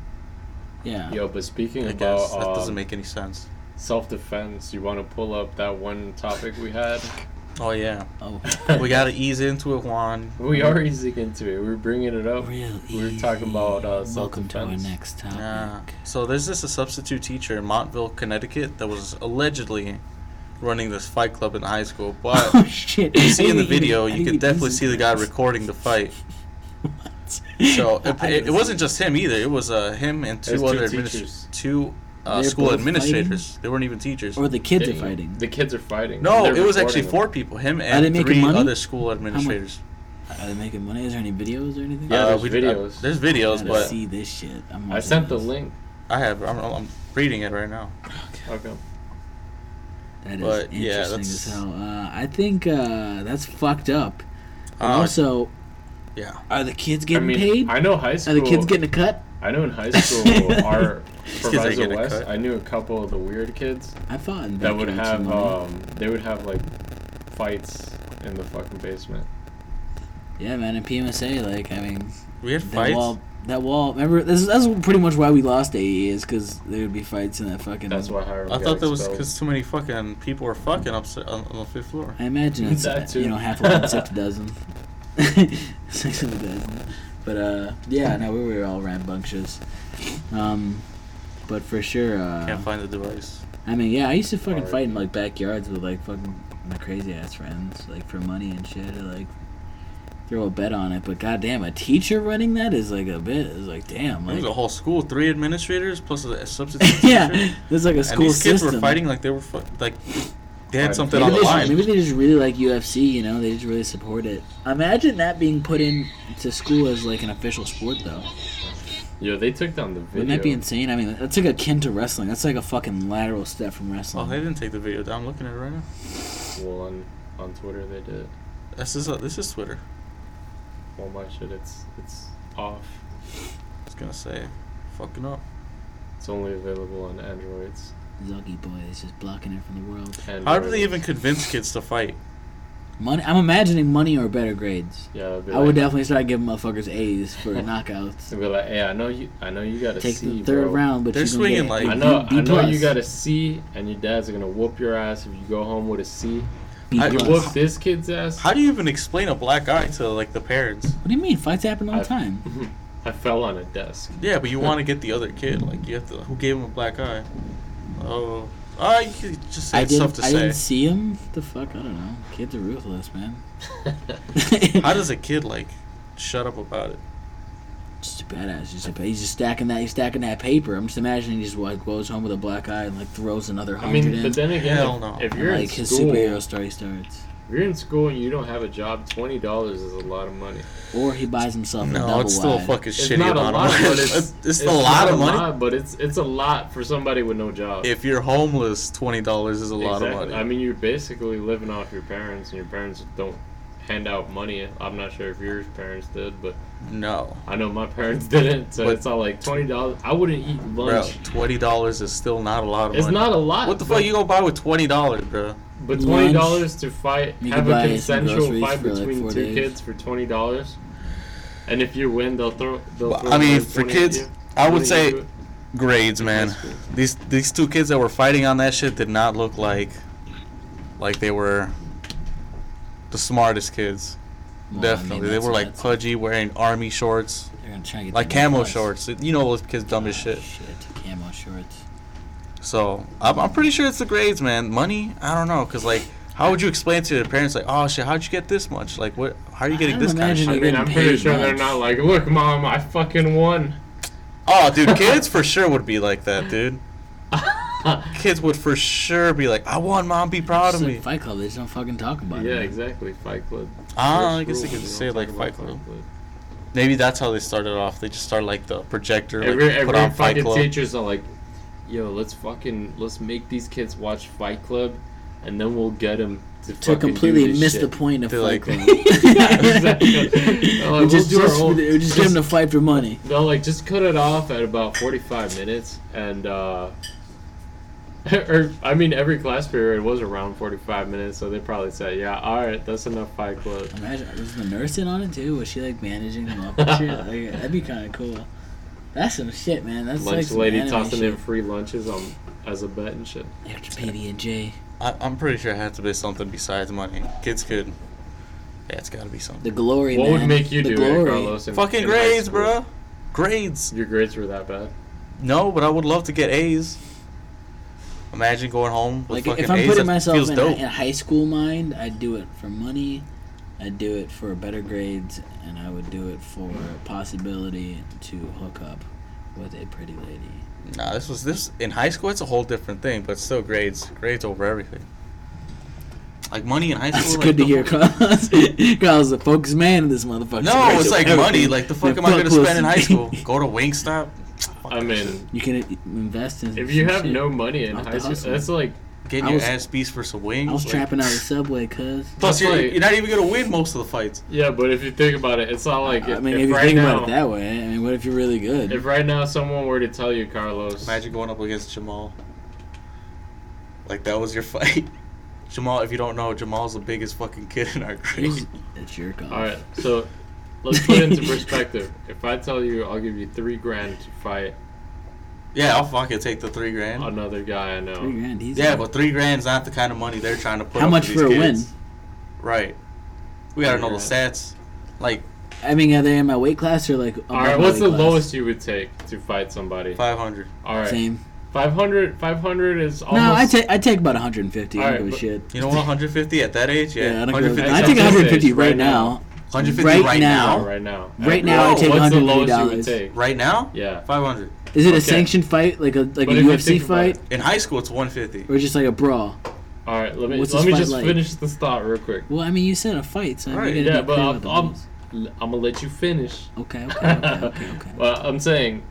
Speaker 7: Yeah.
Speaker 6: Yo, but speaking
Speaker 3: I
Speaker 6: about
Speaker 3: guess that doesn't
Speaker 7: uh,
Speaker 6: um,
Speaker 3: make any sense.
Speaker 6: self-defense, you want to pull up that one topic we had?
Speaker 3: Oh yeah,
Speaker 7: Oh,
Speaker 3: we gotta ease into it, Juan.
Speaker 6: We are easy into it. We're bringing it up.
Speaker 7: real
Speaker 6: We're talking about uh,
Speaker 7: easy. Welcome to our
Speaker 6: self-defense.
Speaker 7: next topic.
Speaker 3: Yeah. So there's this a substitute teacher in Montville, Connecticut, that was allegedly running this fight club in high school.
Speaker 7: Oh
Speaker 3: But
Speaker 7: shit!
Speaker 3: you see in the
Speaker 7: I didn't even-
Speaker 3: video,
Speaker 7: I
Speaker 3: you
Speaker 7: didn't
Speaker 3: can
Speaker 7: even
Speaker 3: definitely
Speaker 7: use
Speaker 3: see the guy
Speaker 7: this.
Speaker 3: recording the fight.
Speaker 7: What?
Speaker 3: So it,
Speaker 7: I
Speaker 3: it,
Speaker 7: didn't
Speaker 3: it
Speaker 7: see
Speaker 3: wasn't just him either. It was uh, him and two
Speaker 6: There's two
Speaker 3: other
Speaker 6: teachers.
Speaker 3: administrators, two uh,
Speaker 7: They're
Speaker 3: school
Speaker 7: both
Speaker 3: administrators. They weren't even teachers.
Speaker 7: it. Or the kids
Speaker 6: They-
Speaker 7: are fighting.
Speaker 6: The kids are fighting.
Speaker 3: No,
Speaker 6: They're
Speaker 3: it was actually
Speaker 6: recording
Speaker 3: four people. Him and
Speaker 7: didn't make
Speaker 3: three
Speaker 7: money?
Speaker 3: other school administrators.
Speaker 7: Are they making money? Is there any videos or anything?
Speaker 3: Uh,
Speaker 6: Yeah, there's
Speaker 3: we- uh,
Speaker 6: videos.
Speaker 3: there's videos,
Speaker 7: gotta
Speaker 3: but
Speaker 7: see this shit. I'm
Speaker 6: them. I
Speaker 7: watching
Speaker 6: sent the
Speaker 7: this.
Speaker 6: link.
Speaker 3: I have. I'm, I'm reading it right now.
Speaker 6: Okay.
Speaker 7: That is
Speaker 3: but,
Speaker 7: interesting
Speaker 3: yeah,
Speaker 7: as
Speaker 3: that's-
Speaker 7: hell. Uh, I think uh, that's fucked up. And
Speaker 3: Uh,
Speaker 7: also,
Speaker 3: yeah.
Speaker 7: are the kids
Speaker 6: I
Speaker 7: getting
Speaker 6: mean,
Speaker 7: paid?
Speaker 6: I know high
Speaker 7: are
Speaker 6: school.
Speaker 7: the kids getting a cut?
Speaker 6: I know in high school, our
Speaker 3: kids are
Speaker 6: Provisor
Speaker 3: getting
Speaker 6: West,
Speaker 3: cut.
Speaker 6: I knew a couple of the weird kids
Speaker 7: I thought in
Speaker 6: that would
Speaker 7: Vancouver,
Speaker 6: have,
Speaker 7: someone-
Speaker 6: um, they would have like fights in the fucking basement.
Speaker 7: yeah, man. In PMSA, like, I mean,
Speaker 3: We had
Speaker 7: that
Speaker 3: fights.
Speaker 7: wall. That wall. Remember, this is, that's pretty much why we lost AE is because there would be fights in that fucking.
Speaker 6: That's why Hiram
Speaker 3: I
Speaker 6: got
Speaker 3: thought that was
Speaker 6: expelled.
Speaker 3: because too many fucking people were fucking upset on, on the fifth floor.
Speaker 7: I imagine it's
Speaker 6: That
Speaker 7: uh,
Speaker 6: too.
Speaker 7: you know half of them, six dozen, six of a dozen. But uh, yeah, no, we were all rambunctious. Um, but for sure,
Speaker 3: Can't
Speaker 7: uh,
Speaker 3: find the device.
Speaker 7: I mean, yeah, I used to fucking
Speaker 6: Alright.
Speaker 7: fight in like backyards with like fucking my crazy ass friends, like for money and shit, or like throw a bet on it. But goddamn, a teacher running that is like a bit. It's like damn,
Speaker 3: It was a
Speaker 7: like
Speaker 3: whole school, three administrators plus a substitute
Speaker 7: yeah,
Speaker 3: teacher.
Speaker 7: there's like a
Speaker 3: And
Speaker 7: school
Speaker 3: these kids
Speaker 7: system.
Speaker 3: were fighting like they were fu- like they had
Speaker 6: Right.
Speaker 3: something
Speaker 7: Maybe
Speaker 3: on
Speaker 7: they,
Speaker 3: the
Speaker 7: just-
Speaker 3: line.
Speaker 7: maybe they just really like UFC, you know? They just really support it. Imagine that being put into school as like an official sport, though.
Speaker 6: Yo, they took down the video.
Speaker 7: Wouldn't that be insane? I mean, that's like akin to wrestling. That's like a fucking lateral step from
Speaker 3: Oh,
Speaker 7: wrestling.
Speaker 3: they didn't take the video down. I'm looking at it right now.
Speaker 6: Well, on, on Twitter they did.
Speaker 3: This is uh, this is Twitter.
Speaker 6: Well, my shit, it's it's off.
Speaker 3: I was gonna say, fucking up.
Speaker 6: It's only available on Androids.
Speaker 7: Zoggy boy is just blocking it from the world.
Speaker 6: Androids.
Speaker 3: How do they even convince kids to fight?
Speaker 7: Money. I'm imagining money or better grades.
Speaker 6: Yeah, it'd be
Speaker 7: I would
Speaker 6: like-
Speaker 7: definitely start giving motherfuckers A's for knockouts.
Speaker 6: They'd be like, hey, I know you, I know you got a
Speaker 7: Take
Speaker 6: C,
Speaker 7: the third
Speaker 6: bro.
Speaker 7: round, but
Speaker 3: They're
Speaker 7: you're
Speaker 3: swinging
Speaker 7: get
Speaker 3: like-
Speaker 7: B-
Speaker 6: I know,
Speaker 7: B
Speaker 6: I know you
Speaker 7: plus.
Speaker 6: got a C, and your dad's gonna whoop your ass if you go home with a C.
Speaker 7: B
Speaker 3: I-
Speaker 6: You
Speaker 7: plus.
Speaker 6: whoop this kid's ass.
Speaker 3: How do you even explain a black eye to like the parents?
Speaker 7: What do you mean? Fights happen all the
Speaker 6: I-
Speaker 7: time.
Speaker 6: I fell on a desk.
Speaker 3: Yeah, but you want to get the other kid. Like you have to. Who gave him a black eye? Oh, ah, you could just say
Speaker 7: I
Speaker 3: it's tough
Speaker 7: didn't.
Speaker 3: to
Speaker 7: I
Speaker 3: say.
Speaker 7: didn't see him. The fuck? I don't know. Kids are ruthless, man.
Speaker 3: How does a kid like shut up about it?
Speaker 7: Just a badass. Just a, he's just stacking that. He's stacking that paper. I'm just imagining he just like goes home with a black eye and like throws another
Speaker 6: I
Speaker 7: hundred
Speaker 6: mean,
Speaker 7: in.
Speaker 6: but then again,
Speaker 3: Hell
Speaker 6: if-
Speaker 3: no.
Speaker 6: if
Speaker 7: and,
Speaker 6: you're
Speaker 7: like
Speaker 6: in
Speaker 7: his
Speaker 6: school,
Speaker 7: superhero story starts,
Speaker 6: if you're in school and you don't have a job, twenty dollars is a lot of money.
Speaker 7: or he buys himself a
Speaker 3: No,
Speaker 7: double
Speaker 3: it's still a
Speaker 7: wide.
Speaker 3: fucking
Speaker 6: It's
Speaker 3: shitty
Speaker 6: not a
Speaker 3: amount
Speaker 6: lot,
Speaker 3: of money.
Speaker 6: but it's,
Speaker 3: it's, it's a lot
Speaker 6: not
Speaker 3: of
Speaker 6: a
Speaker 3: money.
Speaker 6: lot, but it's it's a lot for somebody with no job.
Speaker 3: If you're homeless, twenty dollars is a lot
Speaker 6: Exactly.
Speaker 3: of money.
Speaker 6: I mean, you're basically living off your parents, and your parents don't hand out money. I'm not sure if your parents did, but
Speaker 3: no,
Speaker 6: I know my parents didn't. So
Speaker 3: But-
Speaker 6: it's all like twenty dollars. I wouldn't eat
Speaker 3: bro,
Speaker 6: lunch.
Speaker 3: twenty dollars is still not a lot of
Speaker 6: It's
Speaker 3: money.
Speaker 6: not a lot.
Speaker 3: What the
Speaker 6: but,
Speaker 3: fuck you gonna buy with twenty dollars, bro?
Speaker 6: But
Speaker 7: Lunch.
Speaker 6: twenty dollars to fight,
Speaker 7: You
Speaker 6: have
Speaker 7: can buy
Speaker 6: a
Speaker 7: some
Speaker 6: consensual
Speaker 7: groceries
Speaker 6: fight
Speaker 7: for, like,
Speaker 6: between
Speaker 7: four
Speaker 6: two
Speaker 7: days.
Speaker 6: kids for twenty dollars, and if you win, they'll throw. They'll
Speaker 3: Well,
Speaker 6: throw
Speaker 3: I mean,
Speaker 6: another
Speaker 3: for
Speaker 6: 20 at
Speaker 3: kids,
Speaker 6: you.
Speaker 3: I would
Speaker 6: Twenty
Speaker 3: say
Speaker 6: at you.
Speaker 3: grades, man.
Speaker 6: school.
Speaker 3: These these two kids that were fighting on that shit did not look like like they were the smartest kids.
Speaker 7: Well, I mean,
Speaker 3: Definitely, they
Speaker 7: that's-
Speaker 3: were like
Speaker 7: that's-
Speaker 3: pudgy, wearing army shorts,
Speaker 7: they're gonna try and get
Speaker 3: like
Speaker 7: the B
Speaker 3: camo
Speaker 7: plus.
Speaker 3: shorts. You know those kids dumb as shit.
Speaker 7: Shit, camo shorts.
Speaker 3: So I'm, I'm pretty sure it's the grades, man. Money, I don't know, cause like, how would you explain to your parents like, oh shit, how'd you get this much? Like, what? How are you getting
Speaker 7: don't
Speaker 3: this kind of
Speaker 7: imagine
Speaker 6: I
Speaker 3: shit?
Speaker 7: it-
Speaker 6: mean, I'm pretty
Speaker 7: paid
Speaker 6: sure they're
Speaker 7: much.
Speaker 6: not like, look, mom, I fucking won.
Speaker 3: Oh, dude, kids for sure would be like that, dude. Kids would for sure be like, "I won, mom. Be proud of
Speaker 7: It's like
Speaker 3: me."
Speaker 7: Fight Club. They just don't fucking talk about
Speaker 6: yeah,
Speaker 7: it.
Speaker 6: exactly. Fight Club.
Speaker 3: Ah, I
Speaker 6: First
Speaker 3: guess they
Speaker 6: rule,
Speaker 3: could
Speaker 6: you
Speaker 3: say
Speaker 6: don't
Speaker 3: like
Speaker 6: talk
Speaker 3: Fight
Speaker 6: about
Speaker 3: Club. Maybe that's how they started off. They just start like the projector,
Speaker 6: Every,
Speaker 3: like, put on
Speaker 6: every
Speaker 3: Fight
Speaker 6: fucking
Speaker 3: Club.
Speaker 6: teachers are like, yo, let's fucking let's make these kids watch Fight Club, and then we'll get them to,
Speaker 7: To completely miss the point of
Speaker 3: They're
Speaker 7: Fight
Speaker 3: like-
Speaker 7: Club.
Speaker 6: Exactly.
Speaker 7: We
Speaker 6: Like,
Speaker 7: just,
Speaker 6: we'll do our
Speaker 7: just,
Speaker 6: own-
Speaker 7: we just get them to fight for money.
Speaker 6: They'll like just cut it off at about forty-five minutes, and uh, or I mean, every class period was around forty-five minutes, so they probably said, yeah, all right, that's enough Fight Club.
Speaker 7: Imagine was the nurse in on it too? Was she like managing them up and shit? Like, that'd be kind of cool. That's some shit, man. That's like
Speaker 6: Lunch
Speaker 7: some
Speaker 6: lady
Speaker 7: anime
Speaker 6: tossing
Speaker 7: shit.
Speaker 6: in free lunches on as a bet and shit.
Speaker 7: After PB and J,
Speaker 3: I, I'm pretty sure it had to be something besides money. Kids could. Yeah, it's gotta be something.
Speaker 7: the glory.
Speaker 6: What
Speaker 7: man.
Speaker 6: would make you
Speaker 7: the
Speaker 6: do
Speaker 7: glory.
Speaker 6: it, Carlos? in-
Speaker 3: Fucking
Speaker 6: in high
Speaker 3: grades,
Speaker 6: school?
Speaker 3: bro. Grades.
Speaker 6: Your grades were that bad.
Speaker 3: No, but I would love to get A's. Imagine going home with
Speaker 7: Like
Speaker 3: fucking
Speaker 7: if I'm
Speaker 3: A's.
Speaker 7: putting
Speaker 3: that
Speaker 7: myself
Speaker 3: feels
Speaker 7: in,
Speaker 3: dope.
Speaker 7: in high school mind, I'd do it for money. I'd do it for better grades, and I would do it for possibility to hook up with a pretty lady.
Speaker 3: Nah, this was this in high school. It's a whole different thing, but still grades, grades over everything. Like money in high school.
Speaker 7: That's
Speaker 3: like,
Speaker 7: good to
Speaker 3: the
Speaker 7: hear,
Speaker 3: fuck-
Speaker 7: Carlos. Carlos, the focused man in this motherfucker.
Speaker 3: No, it's like money. Like the fuck am I gonna spend in high school? Go to Wingstop.
Speaker 6: I mean,
Speaker 7: You can invest in.
Speaker 6: if you
Speaker 7: some
Speaker 6: have
Speaker 7: shit.
Speaker 6: no money in
Speaker 7: Off the
Speaker 6: high school,
Speaker 7: hustle.
Speaker 6: that's like
Speaker 3: Getting
Speaker 7: I
Speaker 3: your
Speaker 7: was-
Speaker 3: ass beat for some wings.
Speaker 7: I was
Speaker 3: like-
Speaker 7: trapping out of the subway, cuz.
Speaker 3: Plus,
Speaker 6: That's
Speaker 3: you're,
Speaker 6: like-
Speaker 3: you're not even gonna win most of the fights.
Speaker 6: yeah. But if you think about it, it's not like
Speaker 7: I
Speaker 6: if,
Speaker 7: mean,
Speaker 6: if
Speaker 7: if you
Speaker 6: right
Speaker 7: think
Speaker 6: now,
Speaker 7: about it that way, I mean, what if you're really good?
Speaker 6: if right now someone were to tell you, Carlos,
Speaker 3: Imagine going up against Jamal. Like that was your fight. Jamal, if you don't know, Jamal's the biggest fucking kid in our grade.
Speaker 7: Here's- it's your call.
Speaker 6: all right, so let's put it into perspective. If I tell you, I'll give you three grand to fight
Speaker 3: Yeah, I'll fucking take the three grand.
Speaker 6: another guy I
Speaker 7: Three
Speaker 6: know.
Speaker 7: grand, easy.
Speaker 3: Yeah, but three grand's not the kind of money they're trying to put.
Speaker 7: How
Speaker 3: up
Speaker 7: much
Speaker 3: for, these
Speaker 7: for a win?
Speaker 3: kids. Right. We gotta know the stats. Like
Speaker 7: I mean, are they in my weight class or like.
Speaker 6: All right, what's the lowest you would take to fight somebody?
Speaker 3: five hundred.
Speaker 6: All right,
Speaker 7: Same.
Speaker 6: 500, 500 is almost.
Speaker 7: No, I take I take about 150. I
Speaker 6: All
Speaker 7: don't
Speaker 6: right,
Speaker 7: give a
Speaker 6: but-
Speaker 7: shit.
Speaker 3: You know what? One hundred fifty at that age. Yeah,
Speaker 7: Yeah, I don't give
Speaker 3: 150.
Speaker 7: a shit. I
Speaker 6: at
Speaker 7: take
Speaker 6: this
Speaker 7: 150
Speaker 6: age,
Speaker 7: right
Speaker 6: right now.
Speaker 7: now.
Speaker 3: 150
Speaker 7: right
Speaker 3: right,
Speaker 7: now.
Speaker 3: now.
Speaker 6: Oh, right now.
Speaker 7: Right
Speaker 6: Uh,
Speaker 7: now,
Speaker 3: I
Speaker 6: what's
Speaker 3: take
Speaker 6: the
Speaker 7: $180.
Speaker 6: lowest you would take?
Speaker 3: Right now?
Speaker 6: Yeah.
Speaker 3: Five hundred.
Speaker 7: Is it a
Speaker 6: Okay.
Speaker 7: sanctioned fight, like a like
Speaker 6: But if
Speaker 7: a
Speaker 6: you
Speaker 7: UFC
Speaker 6: think about
Speaker 7: fight,
Speaker 6: it-
Speaker 3: In high school, it's one fifty.
Speaker 7: or just like a brawl?
Speaker 6: All right, let me
Speaker 7: What's
Speaker 6: let
Speaker 7: this
Speaker 6: me
Speaker 7: fight
Speaker 6: just
Speaker 7: like?
Speaker 6: finish this thought real quick.
Speaker 7: Well, I mean, you said a fight, so
Speaker 3: Right,
Speaker 7: I'm gonna
Speaker 6: yeah,
Speaker 7: be
Speaker 6: but
Speaker 7: clear
Speaker 6: I'm-
Speaker 7: about the
Speaker 6: I'm-
Speaker 7: rules.
Speaker 6: L- I'm gonna let you finish.
Speaker 7: Okay, okay, okay, okay, okay.
Speaker 6: well, I'm saying,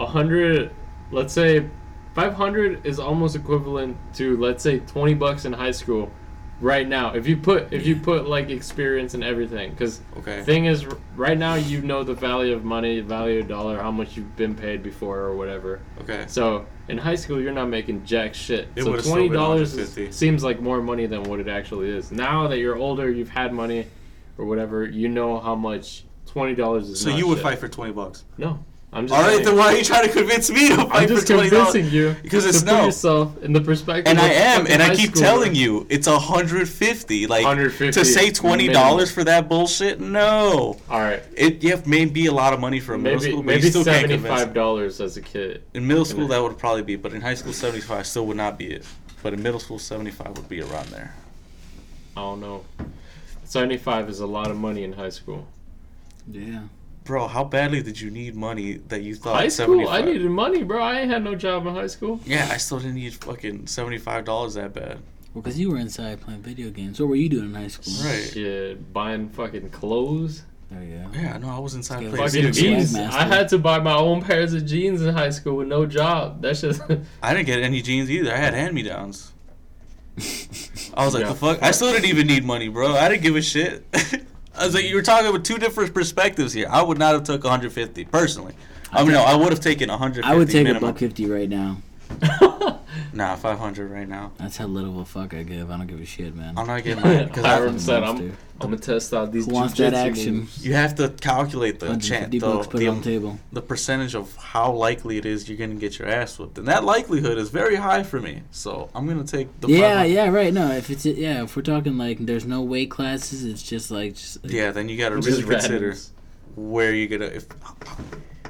Speaker 6: a hundred. Let's say, five hundred is almost equivalent to let's say twenty bucks in high school, right now. If you put if you put like experience and everything, because
Speaker 3: Okay.
Speaker 6: thing is, r- right now you know the value of money, the value of dollar, how much you've been paid before or whatever.
Speaker 3: Okay.
Speaker 6: So in high school, you're not making jack shit.
Speaker 3: It
Speaker 6: so
Speaker 3: would've still
Speaker 6: twenty
Speaker 3: been
Speaker 6: dollars
Speaker 3: 150.
Speaker 6: seems like more money than what it actually is. Now that you're older, you've had money, or whatever, you know how much twenty dollars is.
Speaker 3: So
Speaker 6: not
Speaker 3: you would
Speaker 6: shit.
Speaker 3: fight for twenty bucks.
Speaker 6: No, I'm just.
Speaker 3: All right,
Speaker 6: saying.
Speaker 3: then why are you trying to convince me to
Speaker 6: I'm
Speaker 3: fight for
Speaker 6: just
Speaker 3: twenty
Speaker 6: convincing
Speaker 3: dollars?
Speaker 6: you
Speaker 3: Because it's
Speaker 6: to put
Speaker 3: no.
Speaker 6: yourself in the perspective.
Speaker 3: And
Speaker 6: of
Speaker 3: I
Speaker 6: a
Speaker 3: am,
Speaker 6: fucking
Speaker 3: and I
Speaker 6: high
Speaker 3: keep
Speaker 6: schooler.
Speaker 3: telling you, it's hundred fifty. Like
Speaker 6: 150
Speaker 3: to say twenty dollars for that bullshit? No.
Speaker 6: All right,
Speaker 3: It yeah, may be a lot of money for a middle
Speaker 6: maybe
Speaker 3: school, but
Speaker 6: maybe
Speaker 3: you still can't
Speaker 6: seventy
Speaker 3: convince. Mm.
Speaker 6: five
Speaker 3: me.
Speaker 6: dollars as a kid.
Speaker 3: In middle school, that would probably be, but in high school, seventy five still would not be it. But in middle school, seventy five would be around there.
Speaker 6: I don't know. Seventy five is a lot of money in high school.
Speaker 7: Yeah.
Speaker 3: Bro, how badly did you need money that you thought
Speaker 6: High school,
Speaker 3: 75?
Speaker 6: I needed money, bro. I ain't had no job in high school.
Speaker 3: Yeah, I still didn't need fucking seventy five dollars that bad.
Speaker 7: Well, because you were inside playing video games. What were you doing in high school?
Speaker 3: Right.
Speaker 6: Shit, buying fucking clothes.
Speaker 7: There you go.
Speaker 3: Yeah, no, I was inside
Speaker 7: Yeah,
Speaker 3: playing.
Speaker 7: fuck
Speaker 6: Fucking
Speaker 7: Dude,
Speaker 3: video games.
Speaker 6: jeans.
Speaker 7: Swagmaster.
Speaker 6: I had to buy my own pairs of jeans in high school with no job. That's just
Speaker 3: I didn't get any jeans either. I had hand me downs. I was like,
Speaker 6: Yeah.
Speaker 3: the fuck? I still didn't even need money, bro. I didn't give a shit. I was like, you were talking with two different perspectives here. I would not have took 150 personally. I mean, no, I would have taken 150.
Speaker 7: I would take
Speaker 3: minimum.
Speaker 7: a buck fifty right now.
Speaker 3: Nah, 500 right now.
Speaker 7: That's how little of a fuck I give. I don't give a shit, man.
Speaker 3: I'm not getting mine because I,
Speaker 6: Hiram said, I'm,
Speaker 7: monster.
Speaker 6: I'm gonna test out these
Speaker 7: Who wants that
Speaker 6: jujitsu
Speaker 7: action?
Speaker 6: moves."
Speaker 3: you have to calculate the chance,
Speaker 7: 150
Speaker 3: the,
Speaker 7: bucks, put it on the
Speaker 3: the,
Speaker 7: table.
Speaker 3: the percentage of how likely it is you're gonna get your ass whipped, and that likelihood is very high for me. So I'm gonna take the
Speaker 7: Yeah,
Speaker 3: 500.
Speaker 7: yeah, right. No, if it's yeah, if we're talking like there's no weight classes, it's just like just like,
Speaker 3: Yeah, then you gotta
Speaker 6: Just
Speaker 3: really consider
Speaker 6: randoms.
Speaker 3: where you're gonna. If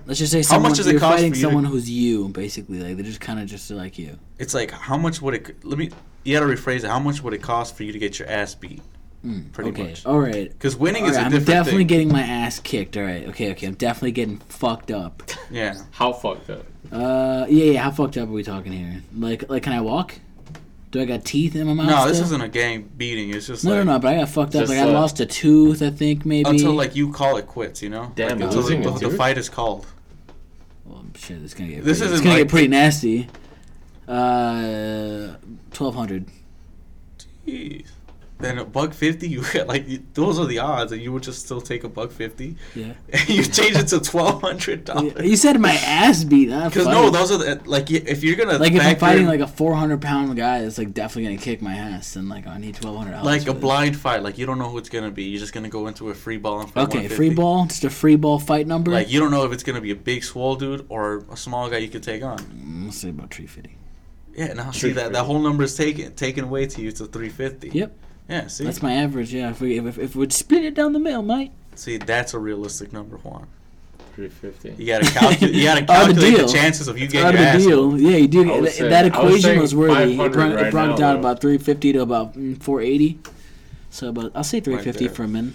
Speaker 7: Let's just say someone,
Speaker 3: much does it
Speaker 7: you're
Speaker 3: cost
Speaker 7: fighting
Speaker 3: for you to-
Speaker 7: someone who's you, basically. Like they're just kind of just like you.
Speaker 3: it's like how much would it let me you gotta rephrase it how much would it cost for you to get your ass beat pretty
Speaker 7: Hmm, okay.
Speaker 3: much
Speaker 7: All right.
Speaker 3: because winning
Speaker 7: All
Speaker 3: is
Speaker 7: right,
Speaker 3: a
Speaker 7: I'm
Speaker 3: different
Speaker 7: definitely
Speaker 3: thing
Speaker 7: getting my ass kicked. All right. Okay. Okay. I'm definitely getting fucked up.
Speaker 3: Yeah.
Speaker 6: How fucked up?
Speaker 7: Uh, yeah, yeah. How fucked up are we talking here? Like, like, can I walk? Do I got teeth in my mouth?
Speaker 3: No, this
Speaker 7: still?
Speaker 3: isn't a gang beating. It's just
Speaker 7: No,
Speaker 3: like
Speaker 7: no, no. But I got fucked up.
Speaker 6: Just,
Speaker 7: Like, I
Speaker 6: uh,
Speaker 7: lost a tooth, I think maybe.
Speaker 3: until like you call it quits. You know.
Speaker 6: Damn,
Speaker 3: like, until the,
Speaker 6: losing a
Speaker 3: the, the
Speaker 6: tooth?
Speaker 3: fight is called.
Speaker 7: Well, shit, it's gonna get.
Speaker 3: This isn't
Speaker 7: pretty, it's gonna
Speaker 3: like-
Speaker 7: get pretty nasty. Uh, twelve hundred.
Speaker 3: Jeez. Then a buck fifty, you get like you- those are the odds, and you would just still take a buck fifty,
Speaker 7: Yeah.
Speaker 3: and you change it to twelve hundred dollars.
Speaker 7: You said my ass beat.
Speaker 3: Because no, those are the, like y- if you're gonna
Speaker 7: Like if I'm
Speaker 3: factor-
Speaker 7: fighting like a 400 pound guy, that's like definitely gonna kick my ass, and like I need 1200 dollars.
Speaker 3: like a blind fight, like you don't know who it's gonna be. You're just gonna go into a free ball and fight
Speaker 7: Okay,
Speaker 3: 150.
Speaker 7: free ball, just a free ball fight number.
Speaker 3: Like you don't know if it's gonna be a big swole dude or a small guy you could take on.
Speaker 7: Mm, let's say about 350.
Speaker 3: Yeah, now see that that whole number is taken taken away to you to three fifty.
Speaker 7: Yep,
Speaker 3: Yeah, see,
Speaker 7: that's my average. Yeah, if we if, if we'd split it down the middle, mate.
Speaker 3: see that's a realistic number, Juan.
Speaker 6: 350.
Speaker 3: You gotta calculate. you gotta
Speaker 7: Out of the
Speaker 3: calculate the,
Speaker 7: deal.
Speaker 3: chances of you
Speaker 7: Out
Speaker 3: getting
Speaker 7: of
Speaker 3: your
Speaker 7: the
Speaker 3: ass.
Speaker 7: deal, yeah, you do.
Speaker 6: I
Speaker 7: Get,
Speaker 6: was
Speaker 7: that,
Speaker 6: saying-
Speaker 7: that
Speaker 6: I was
Speaker 7: equation
Speaker 6: saying
Speaker 7: was worthy. It
Speaker 6: 500
Speaker 7: brought, it
Speaker 6: right
Speaker 7: brought
Speaker 6: now,
Speaker 7: down
Speaker 6: though.
Speaker 7: about 350 to about mm, 480. So about I'll say 350
Speaker 3: there.
Speaker 7: for a minute.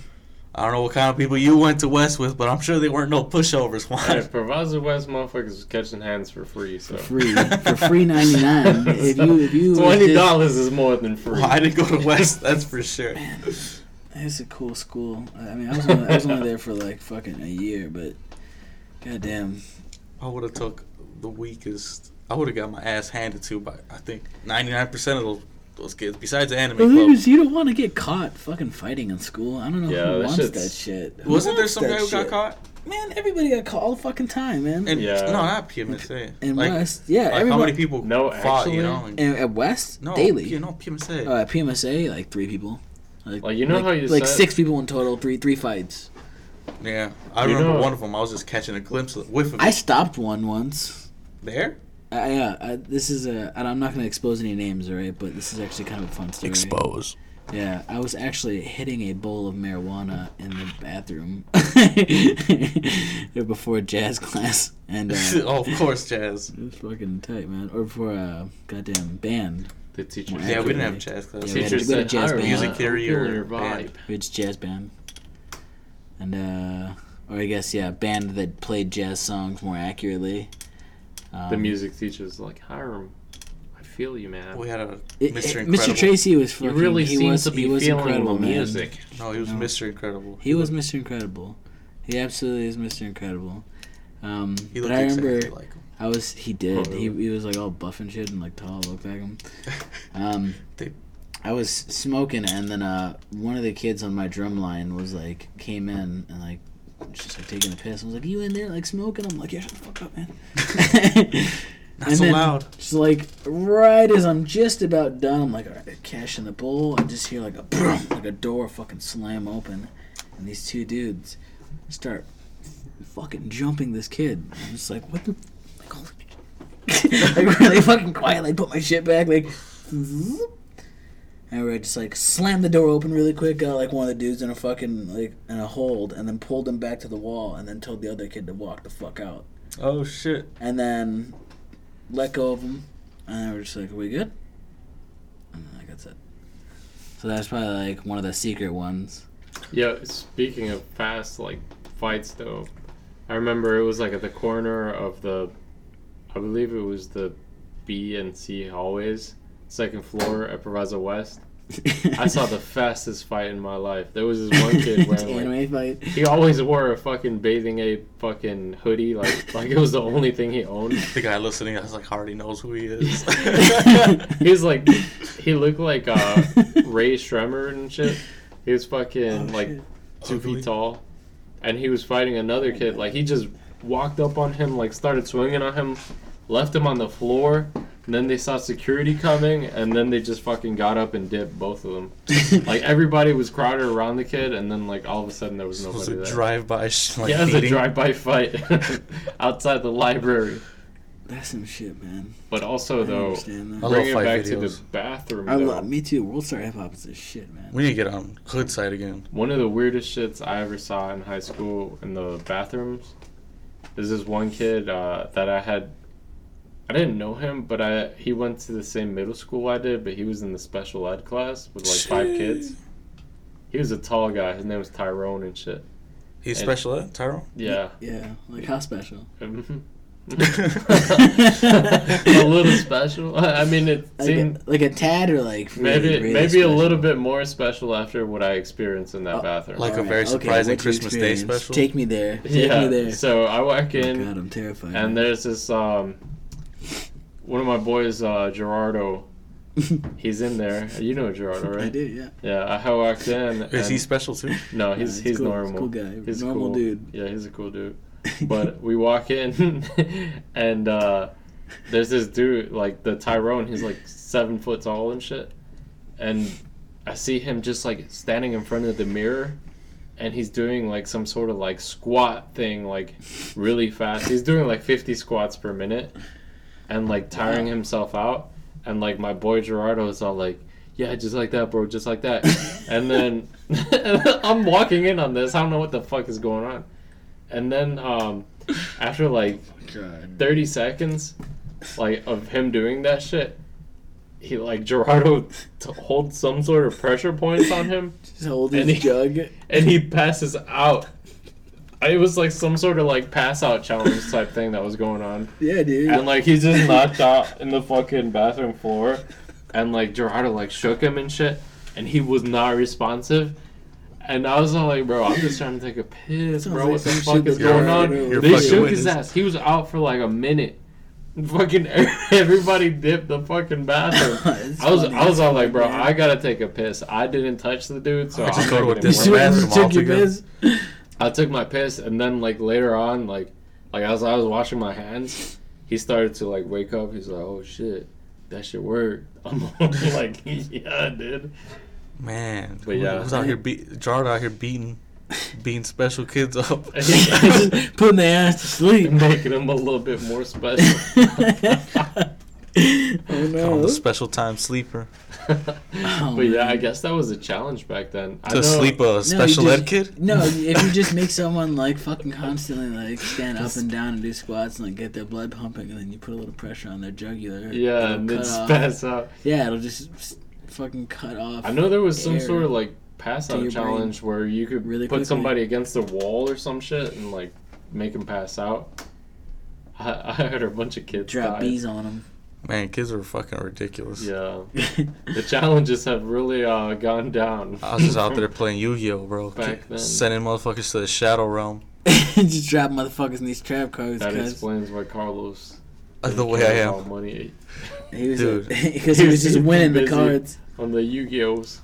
Speaker 3: I don't know what kind of people you went to West with, but I'm sure they weren't no pushovers.
Speaker 6: Hey,
Speaker 3: Juan.
Speaker 6: Provazzo West motherfuckers was catching hands for free, so.
Speaker 7: Free for free 99. if you if you was
Speaker 6: Twenty
Speaker 7: just-
Speaker 6: dollars is more than free.
Speaker 3: Well, I didn't go to West, that's for sure.
Speaker 7: It's a cool school. I I mean, I was only, I was only there for like fucking a year, but goddamn,
Speaker 3: I would have took the weakest. I would have got my ass handed to by I think 99% of those those kids. Besides the anime
Speaker 7: the
Speaker 3: club,
Speaker 7: thing is, you don't want to get caught fucking fighting in school. I don't know
Speaker 6: Yeah,
Speaker 7: who
Speaker 6: that
Speaker 7: wants
Speaker 6: shit's-
Speaker 7: that shit. Who
Speaker 3: wasn't there
Speaker 7: wants
Speaker 3: some
Speaker 7: that
Speaker 3: guy who got
Speaker 7: shit?
Speaker 3: caught?
Speaker 7: Man, everybody got caught all the fucking time, man.
Speaker 3: And
Speaker 6: Yeah.
Speaker 3: no, not PMSA.
Speaker 7: in
Speaker 3: like,
Speaker 7: West, yeah,
Speaker 3: like
Speaker 7: everybody.
Speaker 3: how many people
Speaker 6: No,
Speaker 3: fought?
Speaker 6: actually-
Speaker 3: you know, and-
Speaker 7: in, at West
Speaker 3: no,
Speaker 7: daily.
Speaker 3: P- no PMSA.
Speaker 7: Uh, at PMSA, like three people.
Speaker 6: Like, you know
Speaker 7: like,
Speaker 6: how you
Speaker 7: like
Speaker 6: said-
Speaker 7: six people in total, three three fights.
Speaker 3: yeah, I
Speaker 6: you
Speaker 3: remember
Speaker 6: know-
Speaker 3: one of them. I was just catching a glimpse of whiff of
Speaker 7: I
Speaker 3: it.
Speaker 7: stopped one once.
Speaker 3: there.
Speaker 7: I, yeah, I, this is a. And I'm not going to expose any names, all right? But this is actually kind of a fun story. Yeah, I was actually hitting a bowl of marijuana in the bathroom before jazz class, and uh, it
Speaker 3: oh, of course, Jazz.
Speaker 7: was fucking tight, man. Or before a uh, goddamn band.
Speaker 6: The teacher.
Speaker 7: Yeah,
Speaker 3: Yeah, we didn't have
Speaker 7: Actually,
Speaker 3: jazz class.
Speaker 7: yeah, we had-
Speaker 6: Teacher
Speaker 7: we had
Speaker 6: said,
Speaker 7: a jazz
Speaker 6: "Hi,
Speaker 7: band.
Speaker 3: Music theory or
Speaker 6: your
Speaker 3: band.
Speaker 6: vibe.
Speaker 7: It's jazz band, and uh, or I guess yeah, a band that played jazz songs more accurately. Um,
Speaker 6: The music teacher's like, Hiram, I feel you, man.
Speaker 3: We had a
Speaker 7: it-
Speaker 3: Mr.
Speaker 7: it-
Speaker 3: Incredible.
Speaker 7: Mr. Tracy was
Speaker 6: you
Speaker 7: fucking.
Speaker 6: really
Speaker 7: he
Speaker 6: seem
Speaker 7: was,
Speaker 6: to be
Speaker 7: he was
Speaker 6: feeling the
Speaker 7: incredible, man.
Speaker 6: music.
Speaker 3: No, he was
Speaker 7: No.
Speaker 3: Mr. Incredible.
Speaker 7: He was Mr. Incredible. He absolutely is Mr. Incredible. Um,
Speaker 3: He
Speaker 7: but
Speaker 3: looked
Speaker 7: I
Speaker 3: exactly
Speaker 7: remember
Speaker 3: like him.
Speaker 7: I was he did
Speaker 6: Oh,
Speaker 7: he,
Speaker 6: really?
Speaker 7: he was like all buff and shit and like tall looked like him. Um,
Speaker 3: They-
Speaker 7: I was smoking and then uh one of the kids on my drum line was like came in and like just like taking a piss. I was like, "You in there like smoking?" I'm like, "Yeah, shut the fuck up, man."
Speaker 3: Not
Speaker 7: And
Speaker 3: so
Speaker 7: then-
Speaker 3: loud.
Speaker 7: Just like right as I'm just about done, I'm like, all right, cash in the bowl. I just hear like a boom, like a door fucking slam open, and these two dudes start fucking jumping this kid. I'm just like, what the? Like, holy like really fucking quiet. Like put my shit back. Like, zoop. and we just like slammed the door open really quick. Got like one of the dudes in a fucking like in a hold, and then pulled him back to the wall, and then told the other kid to walk the fuck out
Speaker 3: Oh shit!
Speaker 7: and then let go of them, and they were just like, "Are we good?" And then like that's it. So that's probably like one of the secret ones.
Speaker 6: Yeah, speaking of past like fights though, I remember it was like at the corner of the, I believe it was the B and C hallways, second floor at Provazzo West. I saw the fastest fight in my life. There was this one kid wearing like,
Speaker 7: anime fight.
Speaker 6: he always wore a fucking bathing ape fucking hoodie, like like it was the only thing he owned.
Speaker 3: The guy listening, I was like, already knows who he is.
Speaker 6: He was like, he looked like uh, Ray Shremmer and shit. He was
Speaker 7: Oh,
Speaker 6: fucking like two
Speaker 3: Ugly.
Speaker 6: feet tall, and he was fighting another kid. Like he just walked up on him, like started swinging on him, left him on the floor. And then they saw security coming, and then they just fucking got up and dipped both of them. Like everybody was crowded around the kid, and then like all of a sudden there was
Speaker 3: It
Speaker 6: nobody
Speaker 3: was a
Speaker 6: there.
Speaker 3: drive-by. Sh- like,
Speaker 6: yeah, it was a
Speaker 3: beating.
Speaker 6: drive-by fight outside the library.
Speaker 7: That's some shit, man.
Speaker 6: But also
Speaker 7: I
Speaker 6: though,
Speaker 7: understand that.
Speaker 3: I love
Speaker 6: bringing it
Speaker 3: fight
Speaker 6: back to the
Speaker 3: videos.
Speaker 6: bathroom.
Speaker 7: I
Speaker 6: though,
Speaker 7: love me too. World Star Hip Hop is a shit, man.
Speaker 3: We need to get on hood side again.
Speaker 6: One of the weirdest shits I ever saw in high school in the bathrooms is this one kid uh, that I had. I didn't know him, but I he went to the same middle school I did, but he was in the special ed class with like five kids. He was a tall guy. His name was Tyrone and shit.
Speaker 3: He's special ed, Tyro.
Speaker 6: Yeah.
Speaker 7: Yeah, like how special?
Speaker 6: Mhm. a little special. I mean, it
Speaker 7: Like,
Speaker 6: seemed
Speaker 7: a, like a tad or like really,
Speaker 6: maybe
Speaker 7: really
Speaker 6: maybe a
Speaker 7: special?
Speaker 6: little bit more special after what I experienced in that
Speaker 7: Oh,
Speaker 6: bathroom.
Speaker 3: like- a
Speaker 7: Alright,
Speaker 3: very surprising
Speaker 7: what's your
Speaker 3: Christmas Day
Speaker 7: experience?
Speaker 3: special.
Speaker 7: Take me there. Take me
Speaker 6: yeah.
Speaker 7: there.
Speaker 6: So I walk
Speaker 7: Oh,
Speaker 6: in.
Speaker 7: God, I'm terrified.
Speaker 6: and there's this um one of my boys uh gerardo he's in there you know gerardo
Speaker 7: I
Speaker 6: right
Speaker 7: do, yeah.
Speaker 6: yeah i walked in
Speaker 3: Is he
Speaker 6: and-
Speaker 3: special too?
Speaker 6: no
Speaker 7: Yeah,
Speaker 6: he's
Speaker 7: he's
Speaker 6: he's
Speaker 7: cool. He's a
Speaker 6: normal
Speaker 7: cool guy.
Speaker 6: he's
Speaker 7: Normal
Speaker 6: cool.
Speaker 7: dude.
Speaker 6: yeah he's a cool dude but we walk in and uh there's this dude like the tyrone he's like seven foot tall and shit and i see him just like standing in front of the mirror and he's doing like some sort of like squat thing like really fast he's doing like 50 squats per minute and like tiring himself out and like my boy gerardo is all like yeah just like that bro just like that and then i'm walking in on this i don't know what the fuck is going on and then um after like
Speaker 7: God.
Speaker 6: 30 seconds like of him doing that shit he like gerardo t- holds some sort of pressure points on him
Speaker 7: Just hold
Speaker 6: And
Speaker 7: his
Speaker 6: he-
Speaker 7: jug.
Speaker 6: and he passes out it was like some sort of like pass out challenge type thing that was going on
Speaker 7: Yeah, dude.
Speaker 6: and like he's just knocked out in the fucking bathroom floor and like gerardo like shook him and shit and he was not responsive and I was all like, bro, I'm just trying to take a piss,
Speaker 7: Sounds
Speaker 6: bro.
Speaker 7: like
Speaker 6: what the
Speaker 7: some
Speaker 6: fuck
Speaker 7: shit
Speaker 6: is
Speaker 7: that
Speaker 6: going on?
Speaker 7: Gerardo would
Speaker 6: They
Speaker 3: do.
Speaker 6: shook his
Speaker 3: Witness.
Speaker 6: ass. He was out for like a minute. Fucking everybody dipped the fucking bathroom.
Speaker 7: It's
Speaker 6: I was,
Speaker 7: funny.
Speaker 6: I was all like, bro, I gotta take a piss. I didn't touch the dude, so
Speaker 3: I
Speaker 6: I'm
Speaker 3: just go to a
Speaker 6: taking it
Speaker 3: different
Speaker 6: with me.
Speaker 3: bathroom.
Speaker 7: You took your
Speaker 3: altogether.
Speaker 7: piss?
Speaker 6: I took my piss, and then like later on, like like as I was washing my hands, he started to like wake up. He's like, "Oh shit, that shit worked." I'm like, "Yeah, dude."
Speaker 3: Man,
Speaker 6: But yeah.
Speaker 3: who's out here beat Gerardo out here beating beating special kids up?
Speaker 7: Just putting their ass to sleep.
Speaker 6: Making him a little bit more special.
Speaker 7: oh
Speaker 3: I'm
Speaker 7: no.
Speaker 3: a special time sleeper
Speaker 6: but yeah, I guess that was a challenge back then. I
Speaker 3: to
Speaker 6: know,
Speaker 3: sleep a
Speaker 7: No, you
Speaker 3: special
Speaker 7: just-
Speaker 3: ed kid.
Speaker 7: No, if you just make someone like fucking constantly like stand up and down and do squats and like get their blood pumping and then you put a little pressure on their jugular.
Speaker 6: Yeah,
Speaker 7: it'll
Speaker 6: and
Speaker 7: cut
Speaker 6: then
Speaker 7: off.
Speaker 6: pass out.
Speaker 7: Yeah, it'll just s- fucking cut off.
Speaker 6: I know there was some
Speaker 7: Air
Speaker 6: sort of like pass
Speaker 7: to
Speaker 6: out
Speaker 7: your
Speaker 6: challenge where you could
Speaker 7: really
Speaker 6: put
Speaker 7: quickly.
Speaker 6: somebody against the wall or some shit and like make him pass out. I, I heard a bunch of kids
Speaker 7: Drop
Speaker 6: died.
Speaker 7: bees on
Speaker 3: Man, kids are fucking ridiculous.
Speaker 6: Yeah.
Speaker 7: them.
Speaker 6: The challenges have really uh, gone down.
Speaker 3: I was just out there playing Yu-Gi-Oh, bro.
Speaker 6: Back then.
Speaker 3: Sending motherfuckers to the shadow realm.
Speaker 7: just drop motherfuckers in these trap cars
Speaker 6: That
Speaker 7: because
Speaker 6: explains why Carlos.
Speaker 3: That's Uh, the
Speaker 6: didn't
Speaker 3: way
Speaker 6: care
Speaker 3: I
Speaker 6: about
Speaker 3: am.
Speaker 6: Money
Speaker 7: he was
Speaker 3: Dude.
Speaker 7: because he was just
Speaker 6: He's
Speaker 7: winning the
Speaker 6: busy.
Speaker 7: cards.
Speaker 6: on the Yu-Gi-Ohs.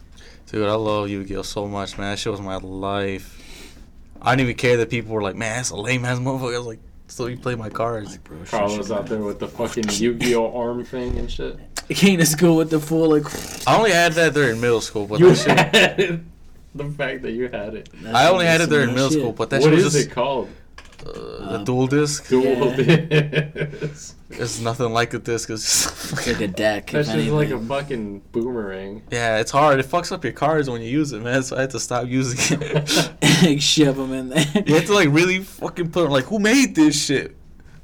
Speaker 3: Dude, I love Yu-Gi-Oh so much, man. That shit was my life. I didn't even care that people were like, man, that's a lame ass motherfucker. I was like, so you play my cards.
Speaker 7: Like, bro,
Speaker 6: Carlos out there with the fucking Yu-Gi-Oh arm thing and shit.
Speaker 7: Came to school with the full like.
Speaker 3: I only had that there in middle school, but
Speaker 6: You
Speaker 3: that shit,
Speaker 6: had it. Oh, The fact that you had it.
Speaker 3: I only had it there in middle
Speaker 7: Shit.
Speaker 3: school, but that
Speaker 6: What
Speaker 3: shit
Speaker 6: is
Speaker 3: was just
Speaker 6: it called?
Speaker 3: uh,
Speaker 7: Uh,
Speaker 3: the dual disc.
Speaker 6: Dual
Speaker 7: Yeah.
Speaker 6: disc.
Speaker 3: It's nothing like a disc. It's
Speaker 7: It's like a deck.
Speaker 6: That's
Speaker 7: if
Speaker 6: just like a
Speaker 7: anything.
Speaker 6: fucking boomerang.
Speaker 3: yeah, it's hard. It fucks up your cards when you use it, man. So I had to stop using it.
Speaker 7: like shove them in there.
Speaker 3: you have to like really fucking put like, who made this shit?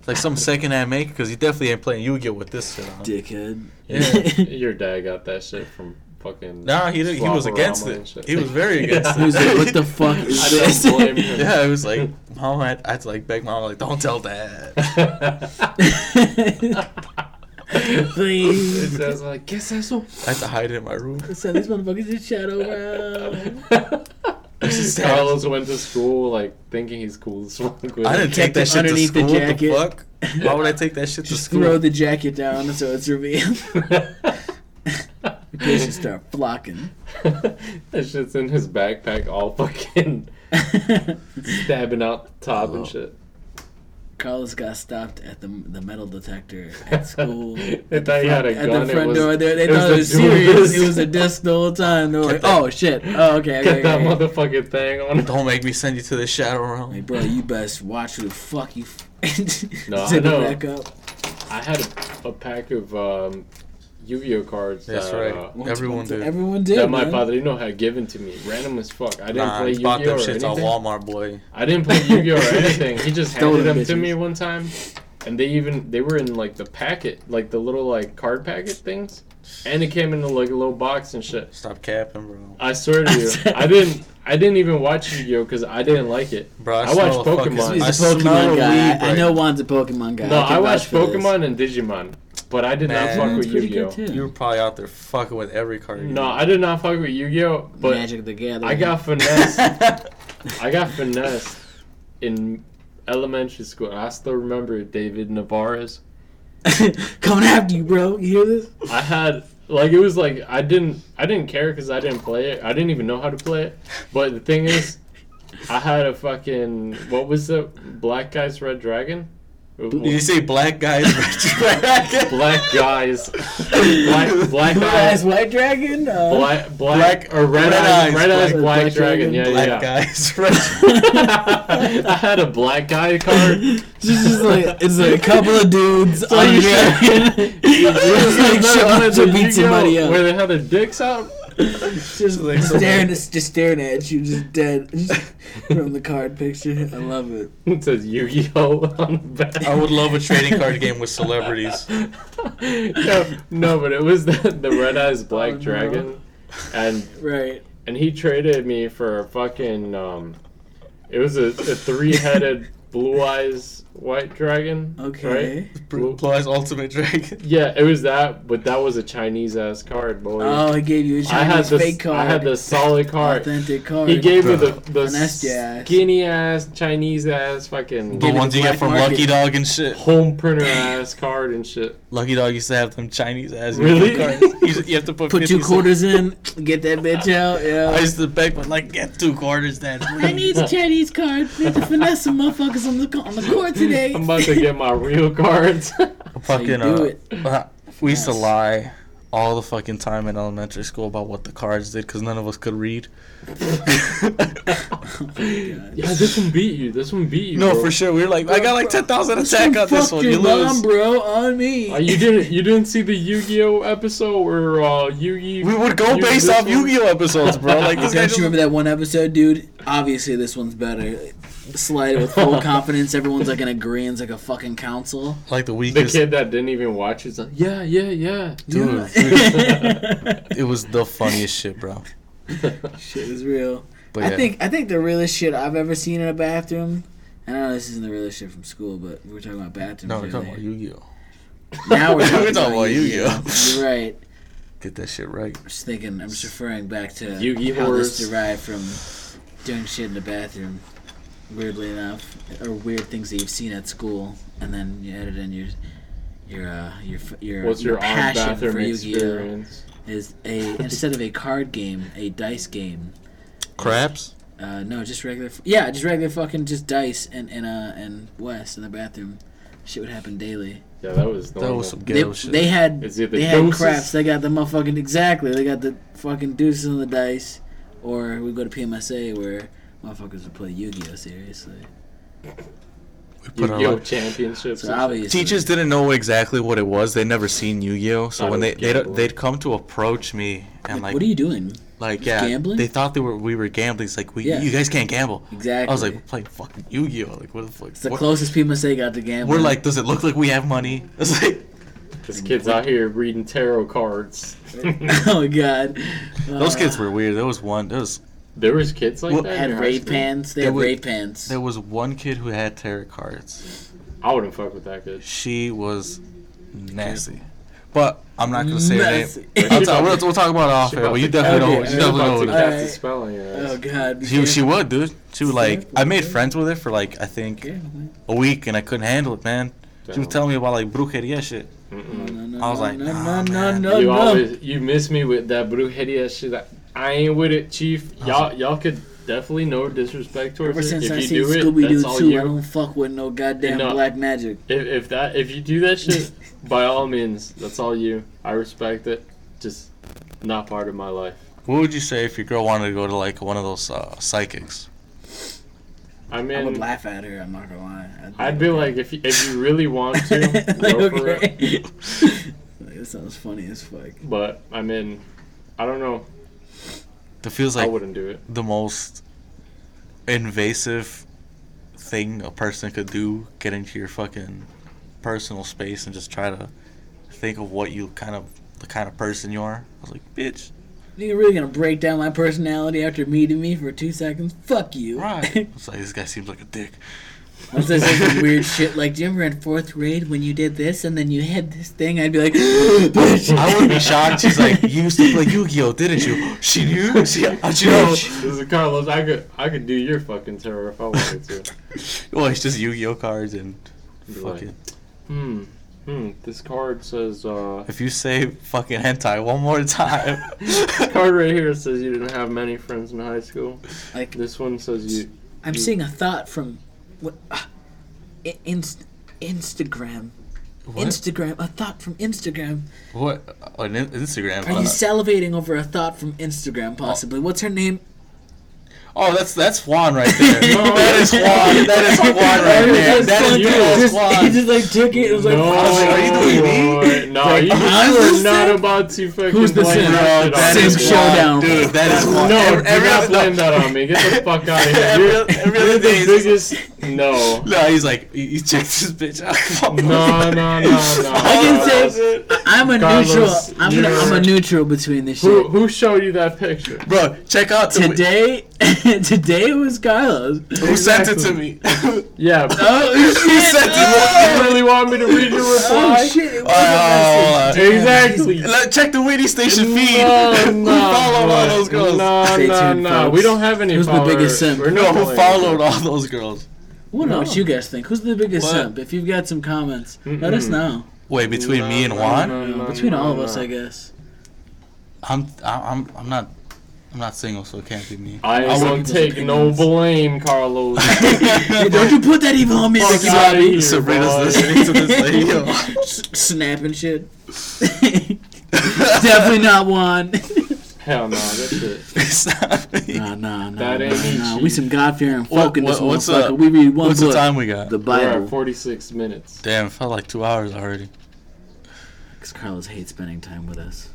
Speaker 3: Like some secondhand maker, because you definitely ain't playing Yu-Gi-Oh with this shit on.
Speaker 7: Dickhead.
Speaker 3: Yeah.
Speaker 6: Your dad got that shit from fucking.
Speaker 3: Nah, he didn't, he was
Speaker 6: Slobberama
Speaker 3: against
Speaker 6: and
Speaker 3: it.
Speaker 6: shit.
Speaker 3: He was very against
Speaker 7: He was
Speaker 3: it.
Speaker 7: like, "What the fuck is
Speaker 6: I
Speaker 7: this?"
Speaker 6: don't blame him.
Speaker 3: Yeah, it was like mom. I had, I had to like beg mom like, don't tell dad.
Speaker 6: It
Speaker 7: Please.
Speaker 6: sounds like, ¿Qué es eso?
Speaker 3: I had to hide it in my room.
Speaker 7: Send these motherfuckers to Shadow Realm.
Speaker 6: Carlos went to school like thinking he's cool as fuck. with
Speaker 3: I didn't
Speaker 6: it.
Speaker 3: take that shit to
Speaker 7: Underneath the
Speaker 3: school. What the
Speaker 7: jacket.
Speaker 3: fuck? Why would I take that shit to
Speaker 7: Just
Speaker 3: school?
Speaker 7: throw the jacket down so it's revealed. Patients start flocking.
Speaker 6: that shit's in his backpack, all fucking stabbing out the top
Speaker 7: Oh,
Speaker 6: and shit.
Speaker 7: Carlos got stopped at the the metal detector at school.
Speaker 6: They thought he had a
Speaker 7: at
Speaker 6: gun.
Speaker 7: the front
Speaker 6: it was,
Speaker 7: door there. They
Speaker 6: it was
Speaker 7: thought
Speaker 6: a
Speaker 7: it was
Speaker 6: dual
Speaker 7: serious.
Speaker 6: disc.
Speaker 7: It was a disc the whole time. They were like,
Speaker 3: that-
Speaker 7: oh shit. Oh, okay. okay,
Speaker 6: Get that
Speaker 7: okay.
Speaker 6: motherfucking thing on.
Speaker 3: Don't make me send you to the shadow realm.
Speaker 7: Like, bro, you best watch who the fuck you. F-
Speaker 6: No, I
Speaker 7: Zip it
Speaker 6: know.
Speaker 7: back up.
Speaker 6: I had a, a pack of um, Yu-Gi-Oh cards.
Speaker 3: That's
Speaker 6: that,
Speaker 3: right.
Speaker 6: uh,
Speaker 7: Once
Speaker 3: Everyone
Speaker 7: upon a time-
Speaker 3: did.
Speaker 7: Everyone did.
Speaker 6: that my
Speaker 7: bro.
Speaker 6: padrino had given to me, random as fuck. I didn't
Speaker 3: Nah,
Speaker 6: play
Speaker 3: I bought
Speaker 6: Yu-Gi-Oh
Speaker 3: them
Speaker 6: or
Speaker 3: shits on
Speaker 6: anything.
Speaker 3: Walmart, boy.
Speaker 6: I didn't play Yu-Gi-Oh or anything. He just
Speaker 7: Stole
Speaker 6: handed
Speaker 7: them
Speaker 6: them to
Speaker 7: bitches.
Speaker 6: me one time, and they even they were in like the packet, like the little like card packet things. and it came in like a little box and shit.
Speaker 3: Stop capping, bro.
Speaker 6: I swear to you, I didn't. I didn't even watch Yu-Gi-Oh because I didn't like it.
Speaker 3: Bro, I,
Speaker 6: I
Speaker 3: smell
Speaker 6: watch
Speaker 3: a fucking-
Speaker 6: Pokemon. He's a
Speaker 3: I
Speaker 7: Pokemon
Speaker 3: smell
Speaker 7: guy.
Speaker 3: weed
Speaker 7: I
Speaker 3: right
Speaker 7: know Juan's a Pokemon guy.
Speaker 6: No, I,
Speaker 7: can vouch
Speaker 6: watched
Speaker 7: for this.
Speaker 6: Pokemon and Digimon, but I did
Speaker 3: Man.
Speaker 6: not fuck
Speaker 7: Pokemon's
Speaker 6: with
Speaker 7: pretty
Speaker 6: Yu-Gi-Oh.
Speaker 7: good too.
Speaker 3: You were probably out there fucking with every card.
Speaker 6: No, I did not fuck with Yu-Gi-Oh, but
Speaker 7: Magic the Gathering.
Speaker 6: I got finessed. I got finessed in elementary school. I still remember David Navarez.
Speaker 7: coming after you, bro. You hear this?
Speaker 6: I had like it was like I didn't I didn't care because I didn't play it. I didn't even know how to play it. But the thing is, I had a fucking what was the black guy's red dragon?
Speaker 3: Did you say black guys?
Speaker 6: black guys, black black
Speaker 7: Blue eyes,
Speaker 6: eyes,
Speaker 7: white dragon. Uh,
Speaker 6: black black
Speaker 3: Black-
Speaker 6: or red,
Speaker 3: red
Speaker 6: eyes,
Speaker 3: eyes,
Speaker 6: red eyes,
Speaker 7: black-
Speaker 6: black,
Speaker 7: black
Speaker 6: dragon.
Speaker 7: dragon,
Speaker 6: Yeah,
Speaker 3: black
Speaker 6: yeah.
Speaker 3: guys. Right?
Speaker 6: I had a black guy card.
Speaker 7: It's just like it's like a couple of dudes on
Speaker 6: you
Speaker 7: a dragon. just like show up to beat somebody up.
Speaker 6: Where they had their dicks out.
Speaker 7: just
Speaker 1: like so-
Speaker 7: staring, just staring at you, just dead from the card picture. I love it.
Speaker 6: It says Yu-Gi-Oh on the back.
Speaker 3: I would love a trading card game with celebrities.
Speaker 6: no, no, but it was the, the red eyes black
Speaker 7: Oh, no.
Speaker 6: dragon, and
Speaker 7: Right.
Speaker 6: and he traded me for a fucking um, it was a, a three headed blue eyes white dragon. Right?
Speaker 7: Okay.
Speaker 3: Blue Eyes Ultimate Dragon.
Speaker 6: Yeah, it was that, but that was a Chinese ass card, boy.
Speaker 7: Oh, he gave you a Chinese
Speaker 6: I had this.
Speaker 7: fake card.
Speaker 6: I had the solid card.
Speaker 7: authentic card.
Speaker 6: He gave me the,
Speaker 7: Finessed your
Speaker 6: the
Speaker 7: ass.
Speaker 6: skinny ass Chinese ass fucking
Speaker 3: The
Speaker 7: Give me
Speaker 3: ones
Speaker 7: the
Speaker 3: you get
Speaker 7: black
Speaker 3: from
Speaker 7: market.
Speaker 3: Lucky Dog and shit.
Speaker 6: home printer ass card and shit.
Speaker 3: Lucky Dog used to have them Chinese ass.
Speaker 6: Really?
Speaker 3: cards. You, you have to put,
Speaker 7: Put
Speaker 3: 50
Speaker 7: two
Speaker 3: cents.
Speaker 7: quarters in, get that bitch out.
Speaker 3: I
Speaker 7: Yeah.
Speaker 3: used to beg, but like, get two quarters then.
Speaker 7: I need a Chinese card. Need to finesse some motherfuckers on the on the court today. Oh
Speaker 6: I'm about to get my real cards.
Speaker 3: fucking
Speaker 7: do
Speaker 3: uh,
Speaker 7: it.
Speaker 3: uh, we used to
Speaker 7: Yes.
Speaker 3: lie all the fucking time in elementary school about what the cards did because none of us could read.
Speaker 7: Oh
Speaker 6: yeah, this one beat you. This one beat you.
Speaker 3: no,
Speaker 6: bro.
Speaker 3: for sure. We were like, I got like ten thousand attack on
Speaker 7: Fuck
Speaker 3: this one.
Speaker 7: your
Speaker 3: You
Speaker 7: mom,
Speaker 3: lose.
Speaker 7: bro, on me.
Speaker 6: Uh, you didn't. You didn't see the Yu-Gi-Oh episode where uh, Yu-Gi.
Speaker 3: We would go
Speaker 6: used
Speaker 3: based
Speaker 6: this
Speaker 3: off
Speaker 6: one?
Speaker 3: Yu Gi Oh episodes, bro. Like this guy.
Speaker 7: Don't you
Speaker 3: Just,
Speaker 7: remember that one episode, dude? Obviously, this one's better. Slide it with full confidence. Everyone's like in agreeance, like a fucking council.
Speaker 3: like the
Speaker 6: The
Speaker 3: weakest.
Speaker 6: kid that didn't even watch it. Like, yeah, yeah, yeah.
Speaker 3: Dude,
Speaker 7: shit
Speaker 3: it was the funniest shit, bro.
Speaker 7: is real.
Speaker 3: But
Speaker 7: I
Speaker 3: yeah.
Speaker 7: think I think the realest shit I've ever seen in a bathroom. I know this isn't the realest shit from school, but we were talking about bathrooms.
Speaker 3: No, we're
Speaker 7: earlier.
Speaker 3: talking about Yu Gi Oh.
Speaker 7: Now we're
Speaker 3: We're
Speaker 7: talking,
Speaker 3: talking about
Speaker 7: Yu-Gi-Oh.
Speaker 3: Yu-Gi-Oh.
Speaker 7: You're right.
Speaker 3: Get that shit right.
Speaker 7: I'm just thinking. I'm just referring back to
Speaker 6: Yu-Gi
Speaker 7: how this
Speaker 6: whores.
Speaker 7: derived from doing shit in the bathroom. Weirdly enough, or weird things that you've seen at school, and then you edit in your your uh, your f- your,
Speaker 6: What's your on
Speaker 7: passion
Speaker 6: bathroom
Speaker 7: for Yu-Gi-Oh
Speaker 6: experience?
Speaker 7: is a instead of a card game, a dice game.
Speaker 3: Craps.
Speaker 7: Uh, no, just regular. F- yeah, just regular fucking just dice and and uh and Wes in the bathroom. Shit would happen daily.
Speaker 6: Yeah, that was
Speaker 3: That
Speaker 6: normal.
Speaker 3: was some
Speaker 7: They,
Speaker 3: ghetto shit.
Speaker 7: they had
Speaker 6: Is it the
Speaker 7: they had
Speaker 6: deuces?
Speaker 7: craps. They got the motherfucking exactly. They got the fucking deuces on the dice, or we go to PMSA where motherfuckers would play Yu-Gi-Oh seriously.
Speaker 3: We put our
Speaker 6: Yu-Gi-Oh
Speaker 3: life-
Speaker 6: championships.
Speaker 7: So
Speaker 6: and shit.
Speaker 7: obviously,
Speaker 3: teachers didn't know exactly what it was. They'd never seen Yu-Gi-Oh, so
Speaker 6: Thought
Speaker 3: when
Speaker 6: it
Speaker 3: they
Speaker 6: was
Speaker 3: they'd,
Speaker 6: gambling.
Speaker 3: they'd come to approach me and like
Speaker 7: what are you doing?
Speaker 3: like yeah,
Speaker 7: gambling?
Speaker 3: they thought they were we were gambling. It's like we
Speaker 7: Yeah.
Speaker 3: you guys can't gamble.
Speaker 7: Exactly.
Speaker 3: I was like we're playing fucking Yu-Gi-Oh. Like what the fuck?
Speaker 7: it's the
Speaker 3: what-
Speaker 7: closest PMSA got to gambling.
Speaker 3: We're like, does it look like we have money? It's like
Speaker 6: this kid's out here reading tarot cards.
Speaker 7: oh god,
Speaker 3: those
Speaker 7: Uh,
Speaker 3: kids were weird. There was one. There was
Speaker 6: There was kids like
Speaker 3: Well,
Speaker 6: that. in
Speaker 7: had
Speaker 6: your high
Speaker 7: raid
Speaker 6: school?
Speaker 7: pants. They
Speaker 3: There
Speaker 7: had
Speaker 3: were-
Speaker 7: raid pants.
Speaker 3: there was one kid who had tarot cards.
Speaker 6: I wouldn't fuck with that kid.
Speaker 3: She was nasty. But I'm not gonna say her name.
Speaker 7: Nasty.
Speaker 3: I'll tell- we'll, we'll talk about it off
Speaker 6: She
Speaker 3: air. But
Speaker 6: about
Speaker 3: you
Speaker 6: to-
Speaker 3: definitely
Speaker 7: okay,
Speaker 3: know.
Speaker 7: okay.
Speaker 3: You definitely know.
Speaker 6: About to
Speaker 3: what-
Speaker 7: All
Speaker 6: cast a
Speaker 7: right.
Speaker 6: spell on your
Speaker 7: Oh
Speaker 6: ass.
Speaker 7: god, be
Speaker 3: She, she
Speaker 7: careful.
Speaker 3: would, dude. She would like.
Speaker 7: Careful,
Speaker 3: I made
Speaker 7: dude.
Speaker 3: friends with her for like I think
Speaker 7: Yeah,
Speaker 3: a week, and I couldn't handle it, man. She was
Speaker 6: Damn.
Speaker 3: telling me about like brujeria shit.
Speaker 7: no,
Speaker 6: Mm-mm.
Speaker 7: no, no,
Speaker 3: I was
Speaker 7: no,
Speaker 3: like,
Speaker 7: no,
Speaker 3: nah,
Speaker 7: no,
Speaker 3: man.
Speaker 7: no, no,
Speaker 6: you
Speaker 7: no.
Speaker 6: always you miss me with that brujeria shit. That I ain't with it, chief. Y'all y'all could definitely no disrespect towards
Speaker 7: Ever
Speaker 6: it.
Speaker 7: since
Speaker 6: If
Speaker 7: I
Speaker 6: you
Speaker 7: seen
Speaker 6: do it,
Speaker 7: Scooby Doo
Speaker 6: that's all
Speaker 7: too, I
Speaker 6: you.
Speaker 7: don't fuck with no goddamn
Speaker 6: No.
Speaker 7: black magic.
Speaker 6: If, if that if you do that shit, by all means, that's all you. I respect it. Just not part of my life.
Speaker 3: What would you say if your girl wanted to go to like one of those uh, psychics?
Speaker 6: I
Speaker 7: I would
Speaker 6: mean,
Speaker 7: laugh at her. I'm not gonna lie.
Speaker 6: I'd be like, if you, if you really want to,
Speaker 7: like,
Speaker 6: go for it.
Speaker 7: okay. like, that sounds funny as fuck.
Speaker 6: But I mean, I don't know.
Speaker 3: That feels
Speaker 6: I
Speaker 3: like
Speaker 6: wouldn't do it.
Speaker 3: the most invasive thing a person could do get into your fucking personal space and just try to think of what you kind of the kind of person you are. I was like, bitch,
Speaker 7: You're really gonna break down my personality after meeting me for two seconds? Fuck you.
Speaker 3: right. I was like, this guy seems like a dick.
Speaker 7: I'll say some weird shit like, "Do you remember in fourth grade when you did this and then you had this thing?" I'd be like, "Bitch."
Speaker 3: I would be shocked. She's like, you used to play Yu-Gi-Oh, didn't you? She knew. She, how'd you know?
Speaker 6: This is Carlos. I could I could do your fucking terror if I wanted to.
Speaker 3: Well, it's just Yu-Gi-Oh cards and
Speaker 6: Be like,
Speaker 3: fucking.
Speaker 6: hmm. Hmm. This card says uh.
Speaker 3: If you say fucking hentai one more time,
Speaker 6: This card right here says you didn't have many friends in high school.
Speaker 7: Like-
Speaker 6: this one says you.
Speaker 7: I'm seeing a thought from what uh, inst- Instagram.
Speaker 3: What?
Speaker 7: Instagram, a thought from Instagram.
Speaker 3: what on In- Instagram?
Speaker 7: Are
Speaker 3: uh,
Speaker 7: you salivating over a thought from Instagram? Possibly. What's her name?
Speaker 3: oh, that's that's Juan right there. that is Juan. That is Juan right there.
Speaker 7: Just
Speaker 3: That
Speaker 6: like-
Speaker 3: is Juan.
Speaker 7: just- he
Speaker 3: Juan.
Speaker 7: just like took it. It was like,
Speaker 3: are you doing me?
Speaker 6: boy. No, you, you
Speaker 7: I'm
Speaker 6: are
Speaker 7: the
Speaker 6: not
Speaker 7: simp.
Speaker 6: about to fucking
Speaker 7: Who's the
Speaker 6: blame
Speaker 7: simp?
Speaker 6: that
Speaker 3: Bro,
Speaker 6: shit
Speaker 3: that
Speaker 6: on
Speaker 3: is
Speaker 6: me.
Speaker 7: Simp
Speaker 3: Juan,
Speaker 7: showdown.
Speaker 3: dude. That is Juan.
Speaker 6: No,
Speaker 3: Every-
Speaker 6: do
Speaker 3: every
Speaker 6: not
Speaker 3: other-
Speaker 6: blame
Speaker 3: no.
Speaker 6: that on me. Get the fuck out of here.
Speaker 3: Every-
Speaker 6: You're,
Speaker 3: every
Speaker 6: you're
Speaker 3: other
Speaker 6: the
Speaker 3: day is-
Speaker 6: biggest. No.
Speaker 3: No, he's like, he, he checked his bitch out.
Speaker 6: No, no, no, no.
Speaker 7: can
Speaker 6: Carlos,
Speaker 7: say- I'm a
Speaker 6: Carlos,
Speaker 7: neutral. I'm, gonna, I'm
Speaker 6: you're-
Speaker 7: a neutral between this shit.
Speaker 6: Who, who showed you that picture?
Speaker 3: Bro, check out the-
Speaker 7: Today, today was Carlos.
Speaker 3: Who sent it to me?
Speaker 6: Yeah. but
Speaker 7: Oh
Speaker 3: Who
Speaker 7: shit!
Speaker 3: sent it to me?
Speaker 6: you really want me to read your
Speaker 7: Oh
Speaker 6: reply?
Speaker 7: shit! It was a
Speaker 3: Uh,
Speaker 7: message.
Speaker 6: Exactly.
Speaker 3: Let, check the Winnie Station feed.
Speaker 6: No,
Speaker 3: who
Speaker 6: no,
Speaker 3: followed all
Speaker 6: boy.
Speaker 3: those girls?
Speaker 6: No,
Speaker 7: Stay
Speaker 6: no,
Speaker 7: tuned,
Speaker 6: no.
Speaker 7: folks.
Speaker 6: We don't have any
Speaker 7: Who's the
Speaker 6: followers.
Speaker 7: biggest simp?
Speaker 6: We're
Speaker 3: No,
Speaker 6: not
Speaker 3: who
Speaker 6: following
Speaker 3: followed all those girls?
Speaker 7: What else you guys think? Who's the biggest
Speaker 3: What?
Speaker 7: simp? If you've got some comments, let us know.
Speaker 3: Wait, between me and
Speaker 6: No,
Speaker 3: Juan,
Speaker 6: no, no,
Speaker 7: Between
Speaker 6: no,
Speaker 7: all of
Speaker 6: no.
Speaker 7: us, I guess.
Speaker 3: I'm I'm I'm not I'm not single, so it can't be me.
Speaker 6: I ain't gonna
Speaker 3: wouldn't-
Speaker 6: take no blame, Carlos.
Speaker 7: Hey, don't you put that evil on me, Ricky
Speaker 6: Fuck
Speaker 7: Bobby.
Speaker 6: outta here,
Speaker 3: Sabrina's
Speaker 6: boy.
Speaker 3: listening to this lady. Yo.
Speaker 7: S- snapping shit. Definitely not one.
Speaker 6: Hell no, that's it.
Speaker 3: Stop me.
Speaker 7: nah, nah, nah.
Speaker 6: That ain't me,
Speaker 7: nah, nah.
Speaker 6: Chief.
Speaker 7: We some God fearing
Speaker 3: What-
Speaker 7: folk in this
Speaker 3: what- what's
Speaker 7: motherfucker.
Speaker 3: up?
Speaker 7: we read one
Speaker 3: What's
Speaker 7: book,
Speaker 3: the time we got?
Speaker 7: the
Speaker 6: We're at
Speaker 7: Bible.
Speaker 6: 46 minutes.
Speaker 3: Damn, it felt like two hours already.
Speaker 7: 'Cause Carlos hates spending time with us.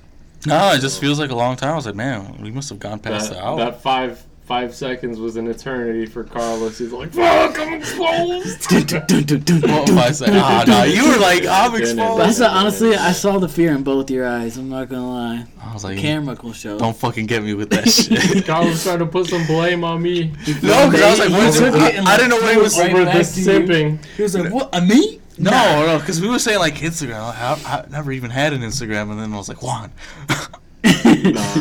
Speaker 3: No, it just feels like a long time. I was like, man, we must have gone past
Speaker 6: That,
Speaker 3: the hour.
Speaker 6: that five five seconds was an eternity for Carlos. He's like, fuck, I'm exposed.
Speaker 7: Dun, dun, dun, dun, dun,
Speaker 3: what
Speaker 7: dun,
Speaker 3: was I saying?
Speaker 7: dun,
Speaker 3: Ah,
Speaker 7: dun,
Speaker 3: no,
Speaker 7: dun.
Speaker 3: you were like, I'm
Speaker 6: Then it-
Speaker 7: But I
Speaker 3: exposed.
Speaker 7: saw, honestly, I saw the fear in both your eyes. I'm not gonna lie.
Speaker 3: I was like,
Speaker 7: Camera will show.
Speaker 3: don't fucking get me with that shit.
Speaker 6: Carlos trying to put some blame on me
Speaker 3: no, because I was like, what is
Speaker 7: He took it
Speaker 3: it?
Speaker 7: and,
Speaker 3: I didn't know what it was.
Speaker 7: Right
Speaker 6: over
Speaker 7: back
Speaker 6: this
Speaker 7: to you.
Speaker 6: simping.
Speaker 7: He was like, "What? A me?
Speaker 3: No, no, because we were saying like Instagram. I, I never even had an Instagram, and then I was like Juan,
Speaker 6: Nah, nah,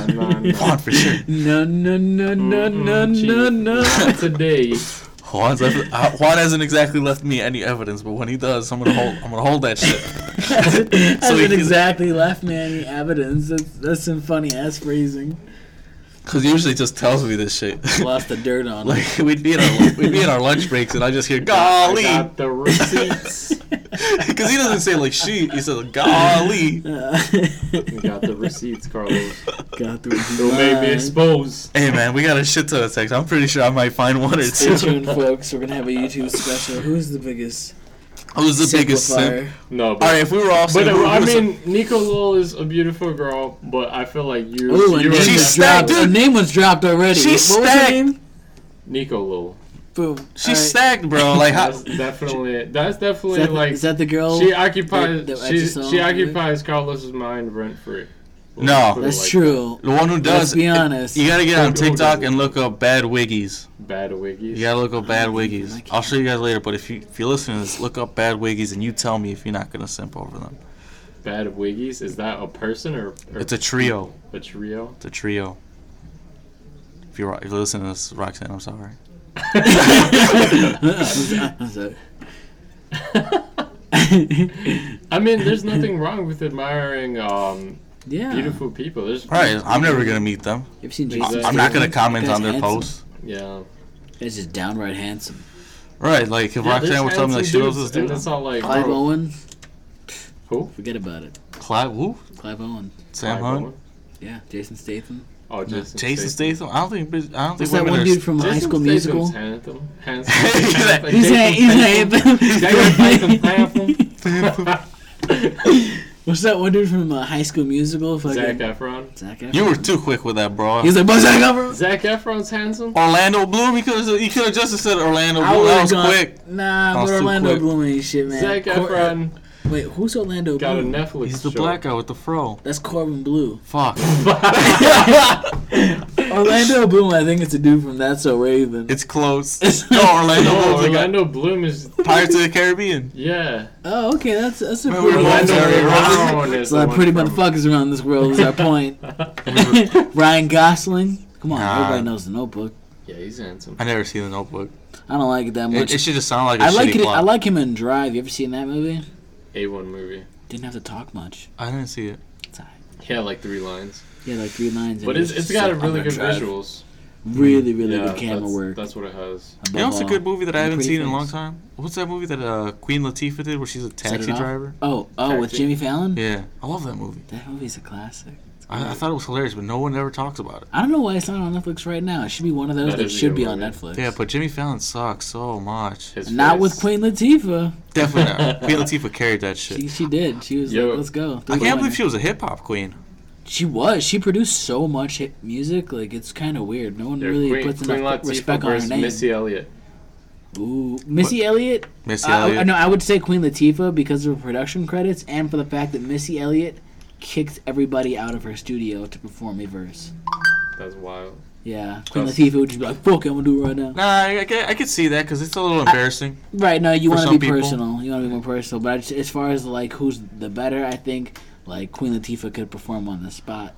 Speaker 6: nah.
Speaker 3: Juan for sure.
Speaker 7: No, no, no, no, no,
Speaker 6: Mm,
Speaker 7: no,
Speaker 6: Chief,
Speaker 7: no."
Speaker 6: Not today.
Speaker 3: Juan's left, uh, Juan hasn't exactly left me any evidence, but when he does, I'm gonna hold. I'm gonna hold that shit.
Speaker 7: Hasn't
Speaker 3: So he-
Speaker 7: exactly left me any evidence. That's, that's some funny ass phrasing.
Speaker 3: Cause he usually just tells me this shit.
Speaker 7: Lost the dirt on him.
Speaker 3: like we'd be in our we'd be in our lunch breaks, and I just hear
Speaker 6: I
Speaker 3: golly,
Speaker 6: got the
Speaker 7: Uh,
Speaker 6: receipts.
Speaker 3: because he doesn't say like she. He says golly.
Speaker 7: Uh,
Speaker 6: We got the receipts, Carlos.
Speaker 7: got through the
Speaker 6: Don't make me
Speaker 7: line.
Speaker 6: exposed.
Speaker 3: Hey man, we got a shit ton of text. I'm pretty sure I might find one or
Speaker 7: Stay
Speaker 3: two.
Speaker 7: tuned, folks. We're gonna have a YouTube special. Who's the biggest?
Speaker 3: Who's the biggest simp?
Speaker 7: simplifier?
Speaker 6: No,
Speaker 3: All
Speaker 6: but
Speaker 3: right, if we were all
Speaker 6: But
Speaker 3: simp, who
Speaker 6: uh, I
Speaker 3: was-
Speaker 6: mean, Nico Lowell is a beautiful girl, but I feel like you,
Speaker 7: Ooh, a
Speaker 6: you
Speaker 7: name
Speaker 3: She's
Speaker 7: was
Speaker 6: are
Speaker 3: stacked,
Speaker 7: dropped. A
Speaker 3: dude.
Speaker 7: name was dropped already.
Speaker 3: She's
Speaker 7: what was
Speaker 3: stacked.
Speaker 7: her name?
Speaker 6: Nico Lowell.
Speaker 7: Boom.
Speaker 3: she's
Speaker 7: All right.
Speaker 3: stacked, bro. Like how,
Speaker 6: That's definitely that's definitely
Speaker 7: Ah. Is that, the-
Speaker 6: like
Speaker 7: is that the girl?
Speaker 6: she occupies
Speaker 7: that- that I
Speaker 6: she,
Speaker 7: just saw
Speaker 6: she
Speaker 7: on the movie?
Speaker 6: occupies Carlos's mind rent free.
Speaker 3: No.
Speaker 7: That's true.
Speaker 3: the one who does.
Speaker 7: Let's be
Speaker 3: it-
Speaker 7: honest.
Speaker 3: You gotta get on
Speaker 6: Who- who
Speaker 3: TikTok
Speaker 6: does it?
Speaker 3: and look up bad wiggies.
Speaker 6: Bad wiggies.
Speaker 3: You gotta look up bad
Speaker 7: don't think
Speaker 3: wiggies.
Speaker 7: I can.
Speaker 3: I'll show you guys later, but if you if you're listening to this, look up bad wiggies and you tell me if you're not gonna simp over them.
Speaker 6: Bad wiggies. Is that a person or, or
Speaker 3: It's a trio.
Speaker 6: a trio?
Speaker 3: It's a trio. If you're if you're listening to this, Roxanne, I'm sorry.
Speaker 7: I'm sorry.
Speaker 6: I mean, there's nothing wrong with admiring um,
Speaker 7: yeah.
Speaker 6: beautiful people. There's
Speaker 3: All right, I'm never gonna meet them.
Speaker 7: You've seen
Speaker 3: I-
Speaker 7: Jason.
Speaker 3: I'm not gonna
Speaker 7: Statham?
Speaker 3: comment
Speaker 7: Guy's
Speaker 3: on their
Speaker 7: handsome.
Speaker 3: posts.
Speaker 6: Yeah.
Speaker 7: Guy's just downright handsome.
Speaker 3: Right, like if
Speaker 6: Yeah, there's
Speaker 3: Roxanne were telling me like
Speaker 6: handsome
Speaker 3: she loves
Speaker 6: dudes,
Speaker 3: this
Speaker 6: and
Speaker 3: dude,
Speaker 6: It's all like
Speaker 7: Clive
Speaker 6: bro,
Speaker 7: Owen.
Speaker 6: Who?
Speaker 7: Forget about it.
Speaker 3: Clive, who?
Speaker 7: Clive Owen.
Speaker 3: Sam
Speaker 6: Clive
Speaker 3: Hunt,
Speaker 6: Owen?
Speaker 7: Yeah. Jason Statham.
Speaker 6: Oh, Jason.
Speaker 3: Jason
Speaker 6: Statham.
Speaker 3: Statham. I don't think bitch- I don't think
Speaker 7: What's that
Speaker 3: women
Speaker 7: one
Speaker 3: are.
Speaker 7: dude from High
Speaker 6: Jason
Speaker 7: School
Speaker 6: Statham's
Speaker 7: Musical?
Speaker 6: Handsome.
Speaker 3: He's like-
Speaker 6: Handsome.
Speaker 7: He's a, he's
Speaker 6: That guy's handsome, handsome.
Speaker 7: a What's that one dude from uh, High School Musical?
Speaker 6: Zac
Speaker 7: Fucking
Speaker 6: Efron.
Speaker 7: Zac
Speaker 3: You
Speaker 7: Efron.
Speaker 3: were too quick with that, bro.
Speaker 7: He's like, but Zac Efron.
Speaker 6: Zac Efron's handsome.
Speaker 3: Orlando Bloom. He could have he could have just said Orlando
Speaker 7: I
Speaker 3: Bloom.
Speaker 7: would've
Speaker 3: That was
Speaker 7: gone-
Speaker 3: quick.
Speaker 7: Nah,
Speaker 3: was
Speaker 7: but
Speaker 3: too
Speaker 7: Orlando
Speaker 3: quick.
Speaker 7: Bloom ain't shit, man.
Speaker 6: Zac
Speaker 7: Cor-
Speaker 6: Efron.
Speaker 7: Wait, who's Orlando
Speaker 6: Got a
Speaker 7: Bloom?
Speaker 6: Netflix
Speaker 3: He's the
Speaker 6: show.
Speaker 3: black guy with the fro.
Speaker 7: That's Corbin Blue.
Speaker 3: Fuck.
Speaker 7: Orlando Bloom, I think it's a dude from That's So Raven.
Speaker 3: It's close. no, Orlando.
Speaker 6: No,
Speaker 3: Bloom's the guy.
Speaker 6: Orlando Bloom is
Speaker 3: Pirates of the Caribbean.
Speaker 6: yeah.
Speaker 7: oh, okay, that's that's a
Speaker 3: Man,
Speaker 7: pretty
Speaker 3: we're both
Speaker 6: Orlando
Speaker 3: very wrong.
Speaker 6: Bloom is
Speaker 7: So
Speaker 6: the
Speaker 7: lot of
Speaker 6: one
Speaker 7: pretty
Speaker 6: from-
Speaker 7: motherfuckers around this world is our point. Ryan Gosling. Come on,
Speaker 3: Nah.
Speaker 7: everybody knows the notebook.
Speaker 6: Yeah, he's handsome.
Speaker 3: I never seen The Notebook.
Speaker 7: I don't like it that much.
Speaker 3: It, it should just sound like a
Speaker 7: I like
Speaker 3: shitty
Speaker 7: it.
Speaker 3: plot.
Speaker 7: I like him in Drive. You ever seen that movie?
Speaker 6: A one movie.
Speaker 7: Didn't have to talk much.
Speaker 3: I didn't see it.
Speaker 7: It's all right.
Speaker 6: Yeah, like three lines.
Speaker 7: He had like three lines. in
Speaker 6: But
Speaker 7: it.
Speaker 6: it's it's got a
Speaker 7: so-
Speaker 6: really good
Speaker 3: Drive.
Speaker 6: visuals.
Speaker 7: really, really
Speaker 6: yeah,
Speaker 7: good camera
Speaker 6: that's,
Speaker 7: work.
Speaker 6: That's what it has.
Speaker 7: above
Speaker 3: You know, it's a
Speaker 7: all.
Speaker 3: good movie that I
Speaker 7: And
Speaker 3: haven't
Speaker 7: pretty
Speaker 3: seen in a long
Speaker 7: things.
Speaker 3: time. What's that movie that uh, Queen Latifah did, where she's a
Speaker 7: Set It
Speaker 3: taxi
Speaker 7: Off.
Speaker 3: driver?
Speaker 7: Oh, oh, with
Speaker 6: Taxi.
Speaker 7: Jimmy Fallon.
Speaker 3: Yeah, I love that movie.
Speaker 7: That movie's a classic.
Speaker 3: I, I thought it was hilarious, but no one ever talks about it.
Speaker 7: I don't know why it's not on Netflix right now. It should be one of those
Speaker 6: That
Speaker 7: that,
Speaker 6: is a
Speaker 7: should
Speaker 6: good
Speaker 7: be on
Speaker 6: movie.
Speaker 7: Netflix.
Speaker 3: Yeah, but Jimmy Fallon sucks so much.
Speaker 6: His
Speaker 7: not
Speaker 6: face.
Speaker 7: with Queen Latifah.
Speaker 3: Definitely not. Queen Latifah carried that
Speaker 7: She,
Speaker 3: shit.
Speaker 7: she did. She was
Speaker 6: Yo.
Speaker 7: like, "Let's go."
Speaker 3: I
Speaker 7: Three-way
Speaker 3: can't believe
Speaker 7: winner.
Speaker 3: she was a hip hop queen.
Speaker 7: She was. She produced so much hit music. Like it's kind of weird. No one
Speaker 6: Yeah,
Speaker 7: really
Speaker 6: Queen,
Speaker 7: puts
Speaker 6: Queen
Speaker 7: enough
Speaker 6: Latifah
Speaker 7: respect on her
Speaker 6: versus
Speaker 7: name.
Speaker 6: Missy Elliott.
Speaker 7: Ooh, Missy Elliott.
Speaker 3: Missy
Speaker 7: I- I,
Speaker 3: Elliott.
Speaker 7: Uh, no, I would say Queen Latifah because of her production credits and for the fact that Missy Elliott kicked everybody out of her studio to perform a verse.
Speaker 6: That's wild.
Speaker 7: Yeah, Queen
Speaker 6: That's-
Speaker 7: Latifah would just be like, "Fuck, it, I'm gonna do it right now."
Speaker 3: Nah, I, I, could- I could see that because it's a little embarrassing.
Speaker 7: Right? No, you
Speaker 3: For
Speaker 7: want to
Speaker 3: some
Speaker 7: be
Speaker 3: people.
Speaker 7: personal. You want to be more personal. But I just, as far as like who's the better, I think like Queen Latifah could perform on the spot.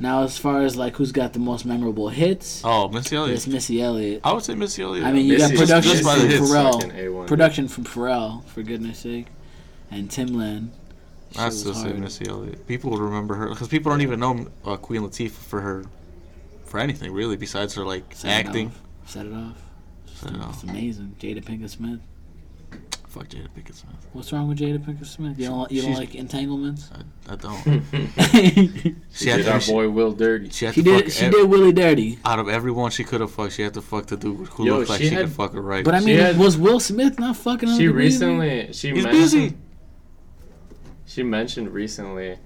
Speaker 7: Now, as far as like who's got the most memorable hits,
Speaker 3: oh, Missy
Speaker 7: it's
Speaker 3: Elliott.
Speaker 7: Missy Elliott.
Speaker 3: I would say Missy Elliott.
Speaker 7: I mean, you
Speaker 6: Missy-
Speaker 7: got production
Speaker 3: just by the
Speaker 7: from
Speaker 3: hits,
Speaker 6: fucking
Speaker 7: Pharrell,
Speaker 6: A1.
Speaker 7: production from Pharrell, for goodness sake, and Timbaland. Shit
Speaker 3: I
Speaker 7: was
Speaker 3: still say
Speaker 7: hard.
Speaker 3: Missy Elliott. People would remember her because people don't even know uh, Queen Latifah for her, for anything really, besides her like
Speaker 7: Set it
Speaker 3: acting.
Speaker 7: off. Set it off.
Speaker 3: Set it
Speaker 7: It's
Speaker 3: off.
Speaker 7: amazing. Jada Pinkett Smith.
Speaker 3: Fuck Jada Pinkett Smith.
Speaker 7: What's wrong with Jada Pinkett Smith? You don't, you don't
Speaker 3: She's-
Speaker 7: like entanglements?
Speaker 3: I, I don't.
Speaker 7: she
Speaker 3: She
Speaker 6: Did
Speaker 3: had to.
Speaker 6: our
Speaker 3: She,
Speaker 6: boy Will Dirty.
Speaker 3: she had to fuck
Speaker 7: did. Hmm. She
Speaker 3: ev-
Speaker 7: did Willie Dirty.
Speaker 3: out of everyone she could have fucked. She had to fuck the dude who
Speaker 6: Yo,
Speaker 3: looked like
Speaker 6: she
Speaker 3: she,
Speaker 6: had-
Speaker 3: could fuck her right.
Speaker 7: But I
Speaker 6: She
Speaker 7: mean,
Speaker 6: had-
Speaker 7: was Will Smith not fucking?
Speaker 6: She
Speaker 7: another baby?
Speaker 6: recently she
Speaker 3: he's
Speaker 6: mentioned
Speaker 3: busy.
Speaker 6: she mentioned recently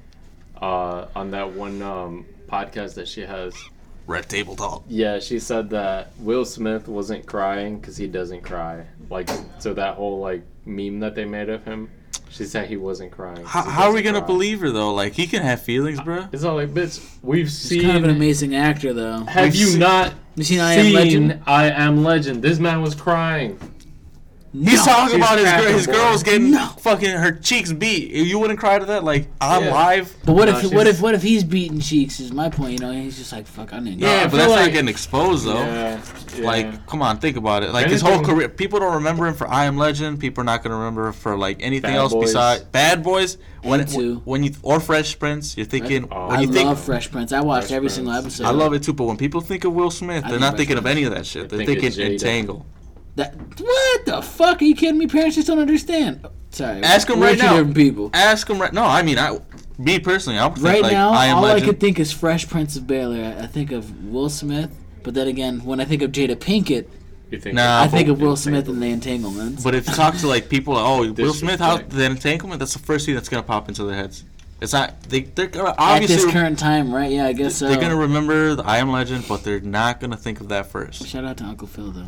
Speaker 6: uh, on that one um, podcast that she has.
Speaker 3: Red table talk.
Speaker 6: Yeah, she said that Will Smith wasn't crying because he doesn't cry. Like so that whole like meme that they made of him. She said he wasn't crying. 'cause
Speaker 3: How,
Speaker 6: he
Speaker 3: how are we
Speaker 6: doesn't
Speaker 3: gonna
Speaker 6: cry.
Speaker 3: believe her though? Like he can have feelings, bro.
Speaker 6: It's all like, bitch. We've seen.
Speaker 7: He's kind of an amazing actor, though.
Speaker 6: have
Speaker 3: We've
Speaker 6: you
Speaker 3: seen-
Speaker 6: not
Speaker 7: You
Speaker 6: seen
Speaker 7: seen I Am Legend?
Speaker 6: I Am Legend? This man was crying.
Speaker 3: He's talking
Speaker 6: she's
Speaker 3: about his
Speaker 6: cracking
Speaker 3: girl. His
Speaker 6: boy.
Speaker 3: girl's getting
Speaker 7: No.
Speaker 3: fucking her cheeks beat. You wouldn't cry to that? Like I'm
Speaker 6: Yeah.
Speaker 3: live.
Speaker 7: But what
Speaker 6: No,
Speaker 7: if
Speaker 6: she's-
Speaker 7: what if what if he's beating cheeks? Is my point. You know, he's just like fuck. I didn't.
Speaker 3: Yeah,
Speaker 6: I
Speaker 3: but
Speaker 6: feel
Speaker 3: that's
Speaker 6: like-
Speaker 3: not getting exposed though.
Speaker 6: Yeah,
Speaker 3: Oh,
Speaker 6: yeah.
Speaker 3: Like, come on, think about it. Like his whole
Speaker 6: Anything-
Speaker 3: career, people don't remember him for I Am Legend. People are not gonna remember him for like anything
Speaker 6: Bad
Speaker 3: else
Speaker 6: Boys.
Speaker 3: besides Bad Boys. When
Speaker 7: Me too.
Speaker 3: when you or Fresh Prince, you're thinking
Speaker 6: Oh.
Speaker 3: when
Speaker 7: I
Speaker 3: you
Speaker 7: love
Speaker 3: think
Speaker 7: Fresh Prince. I watched
Speaker 6: Fresh
Speaker 7: every
Speaker 6: Prince.
Speaker 7: single episode.
Speaker 3: I love it too, but when people think of Will Smith,
Speaker 7: I
Speaker 3: they're
Speaker 7: think
Speaker 3: not
Speaker 7: Fresh
Speaker 3: thinking of
Speaker 7: Prince.
Speaker 3: any of that shit.
Speaker 6: They
Speaker 3: They're
Speaker 6: think
Speaker 3: thinking
Speaker 6: it's Jada.
Speaker 3: Entangle.
Speaker 7: That what the fuck? Are you kidding me? Parents just don't understand. Sorry.
Speaker 3: Ask 'em
Speaker 7: we're
Speaker 3: right
Speaker 7: two
Speaker 3: now.
Speaker 7: Different people.
Speaker 3: Ask him right. No, I mean, I, me personally, I would think
Speaker 7: Right
Speaker 3: like
Speaker 7: now,
Speaker 3: I am
Speaker 7: all
Speaker 3: legend.
Speaker 7: I could think is Fresh Prince of Bel Air. I think of Will Smith, but then again, when I think of Jada Pinkett,
Speaker 6: You think
Speaker 3: Nah.
Speaker 7: I think of Will
Speaker 6: Entangled.
Speaker 7: Smith and the Entanglements.
Speaker 3: but if you talk to like people, like, oh, Will Smith, how
Speaker 6: Disrespect.
Speaker 3: the entanglement? That's the first thing that's gonna pop into their heads. It's not they. They're gonna
Speaker 7: at this
Speaker 3: obviously
Speaker 7: current time, right? Yeah, I guess so.
Speaker 3: they're gonna remember the I am legend, but they're not gonna think of that first.
Speaker 7: Shout out to Uncle Phil though.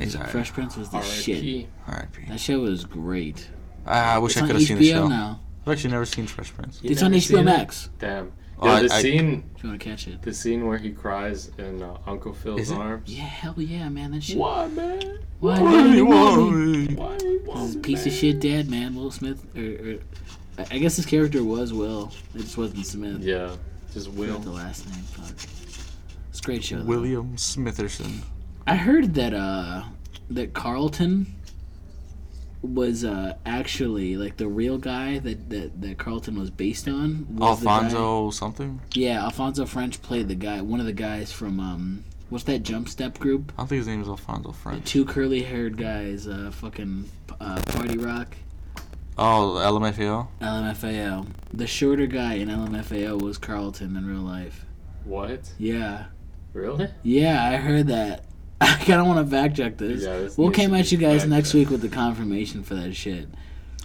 Speaker 3: He's alright.
Speaker 7: Fresh Prince was the shit.
Speaker 6: R.I.P..
Speaker 3: R.I.P.
Speaker 7: That show was great.
Speaker 3: I, I wish
Speaker 7: It's
Speaker 3: I
Speaker 7: on
Speaker 3: could have seen the show.
Speaker 7: HBO now.
Speaker 3: I've actually never seen Fresh Prince.
Speaker 7: It's on
Speaker 6: never seen
Speaker 7: HBO
Speaker 6: it?
Speaker 7: Max.
Speaker 6: Damn.
Speaker 3: Oh,
Speaker 6: Yo,
Speaker 3: I-
Speaker 6: the
Speaker 3: I-
Speaker 6: scene,
Speaker 7: If you want to catch it.
Speaker 6: the scene where he cries in uh, Uncle Phil's
Speaker 3: Is it?
Speaker 6: arms.
Speaker 7: Yeah, hell yeah, man. That shit.
Speaker 6: Why, man?
Speaker 7: Why
Speaker 3: Why
Speaker 7: don't
Speaker 3: do
Speaker 7: you
Speaker 3: you
Speaker 7: want me?
Speaker 3: want me?
Speaker 6: Why you want
Speaker 7: This
Speaker 6: me,
Speaker 7: piece of
Speaker 6: man?
Speaker 7: shit dad man, Will Smith. Or, or I- I guess his character was Will. It just wasn't Smith.
Speaker 6: Yeah, just
Speaker 7: I forgot the
Speaker 6: Will.
Speaker 7: last name. Fuck. It's a great show. Though.
Speaker 3: William Smitherson.
Speaker 7: I heard that uh that Carlton was uh actually like the real guy that that, that Carlton was based on. Was the guy-
Speaker 3: Alfonso something?
Speaker 7: Yeah, Alfonso French played the guy, one of the guys from um what's that jump step group?
Speaker 3: I don't think his name is Alfonso
Speaker 7: The
Speaker 3: French.
Speaker 7: two curly haired guys, uh fucking uh, party rock.
Speaker 3: Oh, LMFAO?
Speaker 7: LMFAO. The shorter guy in LMFAO was Carlton in real life.
Speaker 6: What?
Speaker 7: Yeah.
Speaker 6: Really?
Speaker 7: Yeah, I heard that. I kind of want to fact check this.
Speaker 6: Yeah, this
Speaker 7: we'll
Speaker 6: needs to
Speaker 7: come at
Speaker 6: be
Speaker 7: you guys
Speaker 6: fact
Speaker 7: next
Speaker 6: checked.
Speaker 7: week with the confirmation for that shit.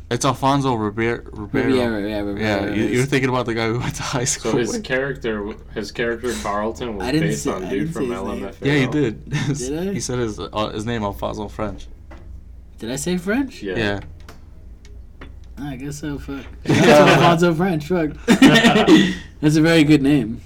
Speaker 3: It's Alfonso Ribeiro. Ribeiro.
Speaker 7: Riviera, yeah, Riviera.
Speaker 3: Yeah, you, you're thinking about the guy we went to high
Speaker 6: So
Speaker 3: school
Speaker 6: his
Speaker 3: with.
Speaker 6: character, w- his character Carlton was
Speaker 7: I didn't
Speaker 6: based
Speaker 7: say-
Speaker 6: on
Speaker 7: I
Speaker 6: dude
Speaker 7: didn't
Speaker 6: from
Speaker 7: say his name.
Speaker 6: LMFAO.
Speaker 3: Yeah, you did.
Speaker 7: Did I?
Speaker 3: he said his uh, his name Alfonso French.
Speaker 7: Did I say French?
Speaker 6: Yeah.
Speaker 3: Yeah.
Speaker 7: I guess so. Fuck. That's Alfonso French. Fuck. That's a very good name.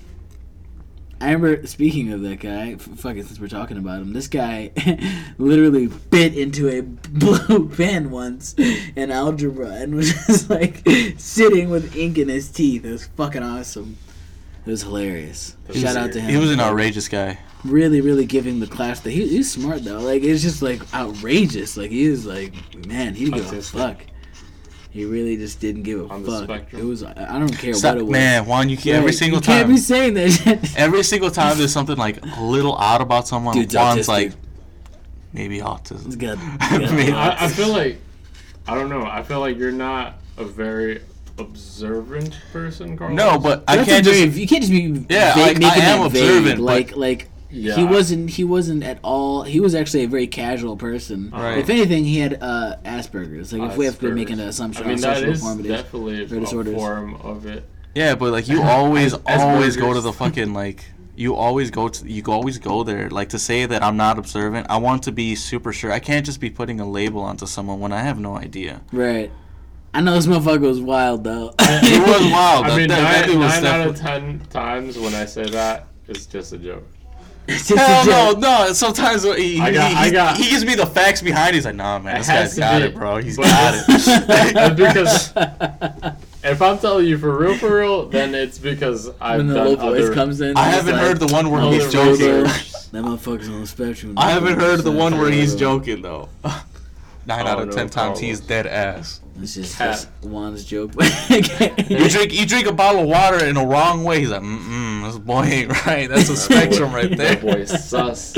Speaker 7: I remember speaking of that guy. F- fucking since we're talking about him, this guy literally bit into a blue pen once in algebra and was just like sitting with ink in his teeth. It was fucking awesome. It was hilarious. Shout out to him.
Speaker 3: He was an outrageous guy.
Speaker 7: really, really giving the class that he, he's smart though. Like it's just like outrageous. Like he was like, man, he give a
Speaker 6: Autistic.
Speaker 7: fuck. He really just didn't give a
Speaker 6: On the
Speaker 7: fuck.
Speaker 6: spectrum.
Speaker 7: It was I I don't care
Speaker 3: Stop,
Speaker 7: what it was.
Speaker 3: man, Juan, you can't, every
Speaker 7: Like,
Speaker 3: single
Speaker 7: you can't
Speaker 3: time,
Speaker 7: be saying that. Shit.
Speaker 3: every single time there's something like a little odd about someone.
Speaker 7: Dude's
Speaker 3: Juan's
Speaker 7: autistic.
Speaker 3: like, maybe autism.
Speaker 7: Good.
Speaker 3: Maybe.
Speaker 6: I, I feel like I don't know. I feel like you're not a very observant person, Carlos.
Speaker 3: No, but I
Speaker 7: That's a
Speaker 3: can't just.
Speaker 7: very- you can't just be
Speaker 3: Yeah,
Speaker 7: va-
Speaker 3: like, I
Speaker 7: making
Speaker 3: am
Speaker 7: that vague.
Speaker 3: observant, but-
Speaker 7: Like like
Speaker 6: yeah,
Speaker 7: he wasn't he wasn't at all he was actually a very casual person
Speaker 3: Right.
Speaker 7: if anything he had uh asperger's like if we have to make an assumption
Speaker 6: I mean
Speaker 7: on
Speaker 6: that
Speaker 7: sexual
Speaker 6: is
Speaker 7: deformities
Speaker 6: definitely a
Speaker 7: disorders.
Speaker 6: form of it.
Speaker 3: Yeah, but like you always,
Speaker 6: as
Speaker 3: always go to
Speaker 6: burgers.
Speaker 3: the fucking like. You always go to you always go there. Like to say that I'm not observant, I want to be super sure. I can't just be putting a label onto someone when I have no idea.
Speaker 7: right i know this motherfucker was wild though
Speaker 3: It was wild.
Speaker 6: I
Speaker 3: Oh, that-
Speaker 6: mean,
Speaker 3: that- that dude
Speaker 6: nine,
Speaker 3: was
Speaker 6: nine out
Speaker 3: definitely-
Speaker 6: of ten times when I say that, it's just a joke.
Speaker 7: It's just a
Speaker 3: Hell no,
Speaker 7: joke.
Speaker 3: no. Sometimes he,
Speaker 6: I got-
Speaker 3: he,
Speaker 6: I
Speaker 3: he-
Speaker 6: got-
Speaker 3: he gives me the facts behind. it. He's like, nah, man,
Speaker 6: It
Speaker 3: this
Speaker 6: has
Speaker 3: guy's
Speaker 6: to
Speaker 3: got
Speaker 6: be,
Speaker 3: it, bro. He's
Speaker 6: but-
Speaker 3: got
Speaker 6: But
Speaker 3: it.
Speaker 6: because if I'm telling you for real, for real, then it's because I've
Speaker 7: when the
Speaker 6: done
Speaker 7: little voice
Speaker 6: other.
Speaker 7: comes in
Speaker 3: I
Speaker 7: he's
Speaker 3: haven't
Speaker 7: like,
Speaker 3: heard the one where
Speaker 6: other
Speaker 3: he's joking.
Speaker 6: research.
Speaker 7: that motherfucker's on the spectrum
Speaker 3: I haven't heard the one where he's
Speaker 6: Yeah.
Speaker 3: joking though. Nine
Speaker 6: Oh,
Speaker 3: out of
Speaker 6: no,
Speaker 3: ten times
Speaker 6: Carlos.
Speaker 3: he's dead ass.
Speaker 7: it's just
Speaker 6: Cat.
Speaker 7: that's Juan's joke
Speaker 3: You drink you drink a bottle of water in the wrong way. He's like, mm mm, this boy ain't right. That's a spectrum right
Speaker 6: That
Speaker 3: there.
Speaker 6: boy's sus.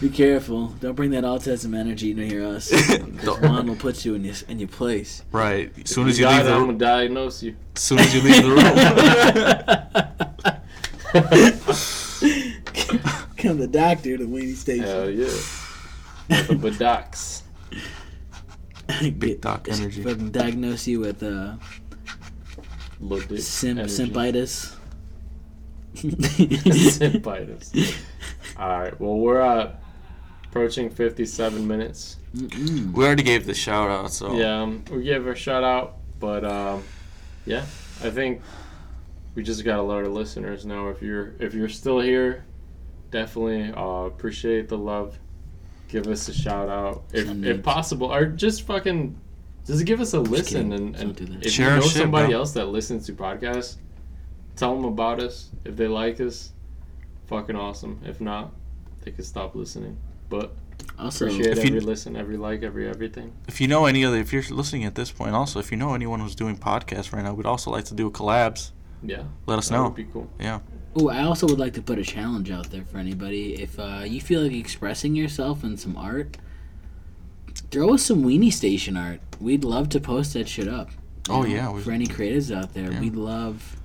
Speaker 7: be careful don't bring that autism energy to hear us 'cause Juan will put you in your, in your place
Speaker 3: Right. As soon
Speaker 6: You
Speaker 3: as you
Speaker 6: got
Speaker 3: leave
Speaker 6: it,
Speaker 3: the
Speaker 6: I'm gonna
Speaker 3: room,
Speaker 6: diagnose you.
Speaker 3: as soon as you leave the room.
Speaker 7: come the doctor to weenie station
Speaker 6: Hell yeah. The Badox.
Speaker 7: Get-
Speaker 3: doc energy.
Speaker 7: fucking diagnose you with uh
Speaker 6: Little dick
Speaker 7: simp
Speaker 6: energy.
Speaker 7: simpitis
Speaker 6: Simpitis. Alright, well, we're uh, approaching 57 minutes.
Speaker 7: Mm-mm.
Speaker 3: We already gave the shout out, so
Speaker 6: Yeah, um, we gave a shout out, but um, yeah, I think we just got a lot of listeners now. If you're if you're still here, definitely uh, appreciate the love. Give us a shout out if,
Speaker 7: Send
Speaker 6: if
Speaker 7: it.
Speaker 6: possible, or just fucking just give us a listen
Speaker 7: kidding.
Speaker 6: and, and
Speaker 7: Don't do that.
Speaker 6: if
Speaker 3: Share
Speaker 6: you
Speaker 3: our
Speaker 6: know
Speaker 3: shit,
Speaker 6: somebody
Speaker 3: bro.
Speaker 6: else that listens to podcasts, tell them about us. If they like us, fucking awesome. If not, they could stop listening. But
Speaker 7: also
Speaker 6: appreciate
Speaker 3: If you-
Speaker 6: every listen, every like, every everything.
Speaker 3: if you know any other if you're listening at this point also if you know anyone who's doing podcasts right now we'd also like to do collabs
Speaker 6: Yeah,
Speaker 3: let us
Speaker 6: that
Speaker 3: know
Speaker 6: would be cool.
Speaker 7: Oh, I also would like to put a challenge out there for anybody. If uh, you feel like expressing yourself in some art, throw us some Weenie Station art. We'd love to post that shit up. you
Speaker 3: oh
Speaker 7: know,
Speaker 3: yeah
Speaker 7: For
Speaker 3: we,
Speaker 7: any creatives out there,
Speaker 3: Yeah.
Speaker 7: we love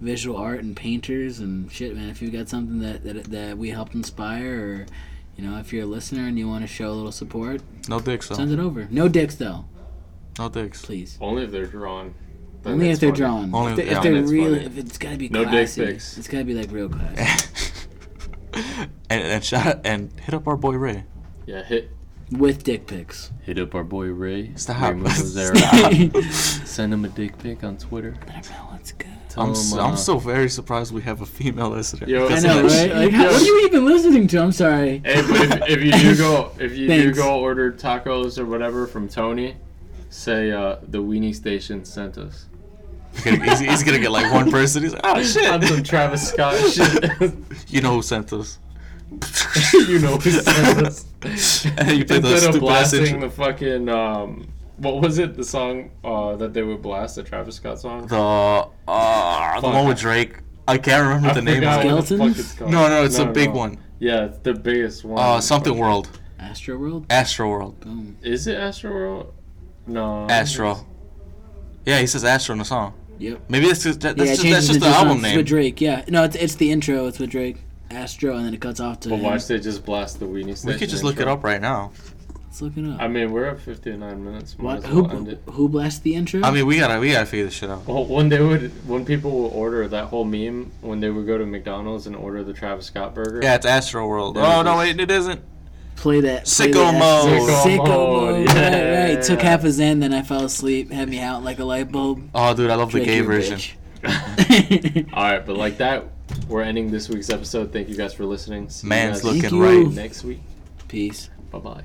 Speaker 7: visual art and painters and shit, man. If you got something that, that, that we helped inspire or. You know, if you're a listener and you want to show a little support,
Speaker 3: no dicks
Speaker 7: send
Speaker 3: though
Speaker 7: it over. No dicks, though,
Speaker 3: no dicks
Speaker 7: please.
Speaker 6: Only if they're drawn. Then
Speaker 7: Only
Speaker 6: it's
Speaker 7: if they're
Speaker 6: funny.
Speaker 7: drawn.
Speaker 3: Oh, Only
Speaker 7: if
Speaker 3: if-
Speaker 7: they're,
Speaker 3: yeah,
Speaker 7: if they're
Speaker 6: that's
Speaker 7: real,
Speaker 6: funny.
Speaker 7: if it's gotta be
Speaker 6: No dick
Speaker 7: classy.
Speaker 6: pics.
Speaker 7: It's gotta be like real classy.
Speaker 3: and, and shout and hit up our boy Ray
Speaker 6: Yeah, hit
Speaker 7: With dick pics.
Speaker 6: hit up our boy Ray.
Speaker 3: Stop.
Speaker 6: Ray Mazzara.
Speaker 3: Stop.
Speaker 6: Send him a dick pic on Twitter.
Speaker 7: Let's go.
Speaker 6: Tell
Speaker 3: I'm
Speaker 6: him,
Speaker 3: so,
Speaker 6: uh,
Speaker 3: I'm so very surprised we have a female listener
Speaker 6: Yo,
Speaker 7: I
Speaker 3: Because
Speaker 7: know,
Speaker 3: of that
Speaker 7: right?
Speaker 3: shit.
Speaker 7: Like, how, what are you even listening to? I'm sorry.
Speaker 6: Hey, but if, if you do go, if you do
Speaker 7: Thanks.
Speaker 6: go order tacos or whatever from Tony, say uh, the weenie station sent us.
Speaker 3: He's gonna- he's, he's gonna get like one person he's like oh
Speaker 6: On some
Speaker 3: shit
Speaker 6: Travis Scott shit.
Speaker 3: you know who sent us
Speaker 6: you know who sent us.
Speaker 3: and then you play those
Speaker 6: Instead
Speaker 3: stupid
Speaker 6: of
Speaker 3: ass
Speaker 6: blasting
Speaker 3: intro-
Speaker 6: the fucking um, what was it? The song uh, that they would blast the Travis Scott song.
Speaker 3: the uh the
Speaker 6: Fuck.
Speaker 3: one with Drake I can't remember
Speaker 6: I
Speaker 3: the name
Speaker 6: forgot
Speaker 3: of it
Speaker 6: what the fuck
Speaker 7: Skeletons?
Speaker 6: it's called.
Speaker 3: no no it's a big one
Speaker 6: Yeah, it's the biggest one.
Speaker 3: uh something world
Speaker 7: Astro World?
Speaker 3: Astro World
Speaker 7: Boom.
Speaker 6: Is it Astro World? No.
Speaker 3: Astro. Yeah, he says Astro in the song.
Speaker 7: Yep.
Speaker 3: Maybe that's just, that, that's
Speaker 7: yeah, it
Speaker 3: just,
Speaker 7: changes
Speaker 3: that's just
Speaker 7: to
Speaker 3: the
Speaker 7: just
Speaker 3: album
Speaker 7: songs. It's
Speaker 3: name.
Speaker 7: with Drake, yeah. No, it's, it's the intro. It's with Drake. Astro, and then it cuts off to.
Speaker 6: But
Speaker 7: him.
Speaker 6: watch they just blast the weenie station.
Speaker 3: We could just look it
Speaker 6: intro.
Speaker 3: up right now.
Speaker 7: Let's look it up.
Speaker 6: I mean, we're at 59 minutes. Might
Speaker 7: what,
Speaker 6: as
Speaker 7: who,
Speaker 6: well end it.
Speaker 7: who blasted the intro?
Speaker 3: I mean, we gotta we gotta figure this shit out.
Speaker 6: Well, when they would, when people would order that whole meme, when they would go to McDonald's and order the Travis Scott burger.
Speaker 3: Yeah, it's Astro World.
Speaker 6: Yeah,
Speaker 3: oh
Speaker 6: it
Speaker 3: no,
Speaker 6: is.
Speaker 3: wait, it isn't.
Speaker 7: play that play
Speaker 3: Sicko
Speaker 7: that-
Speaker 3: mode.
Speaker 7: Sicko
Speaker 6: Sicko
Speaker 7: mode.
Speaker 6: mode,
Speaker 7: Right, right.
Speaker 6: yeah.
Speaker 7: Took half a Zen, then I fell asleep. Had me out like a light bulb.
Speaker 3: Oh, dude, I love the
Speaker 7: Drake,
Speaker 3: gay
Speaker 7: you're a
Speaker 3: version.
Speaker 7: bitch.
Speaker 6: All right, but like that, we're ending this week's episode. Thank you guys for listening. See you
Speaker 3: Man's
Speaker 6: guys
Speaker 3: looking
Speaker 7: Thank you.
Speaker 3: right.
Speaker 6: next week.
Speaker 7: Peace.
Speaker 6: Bye bye.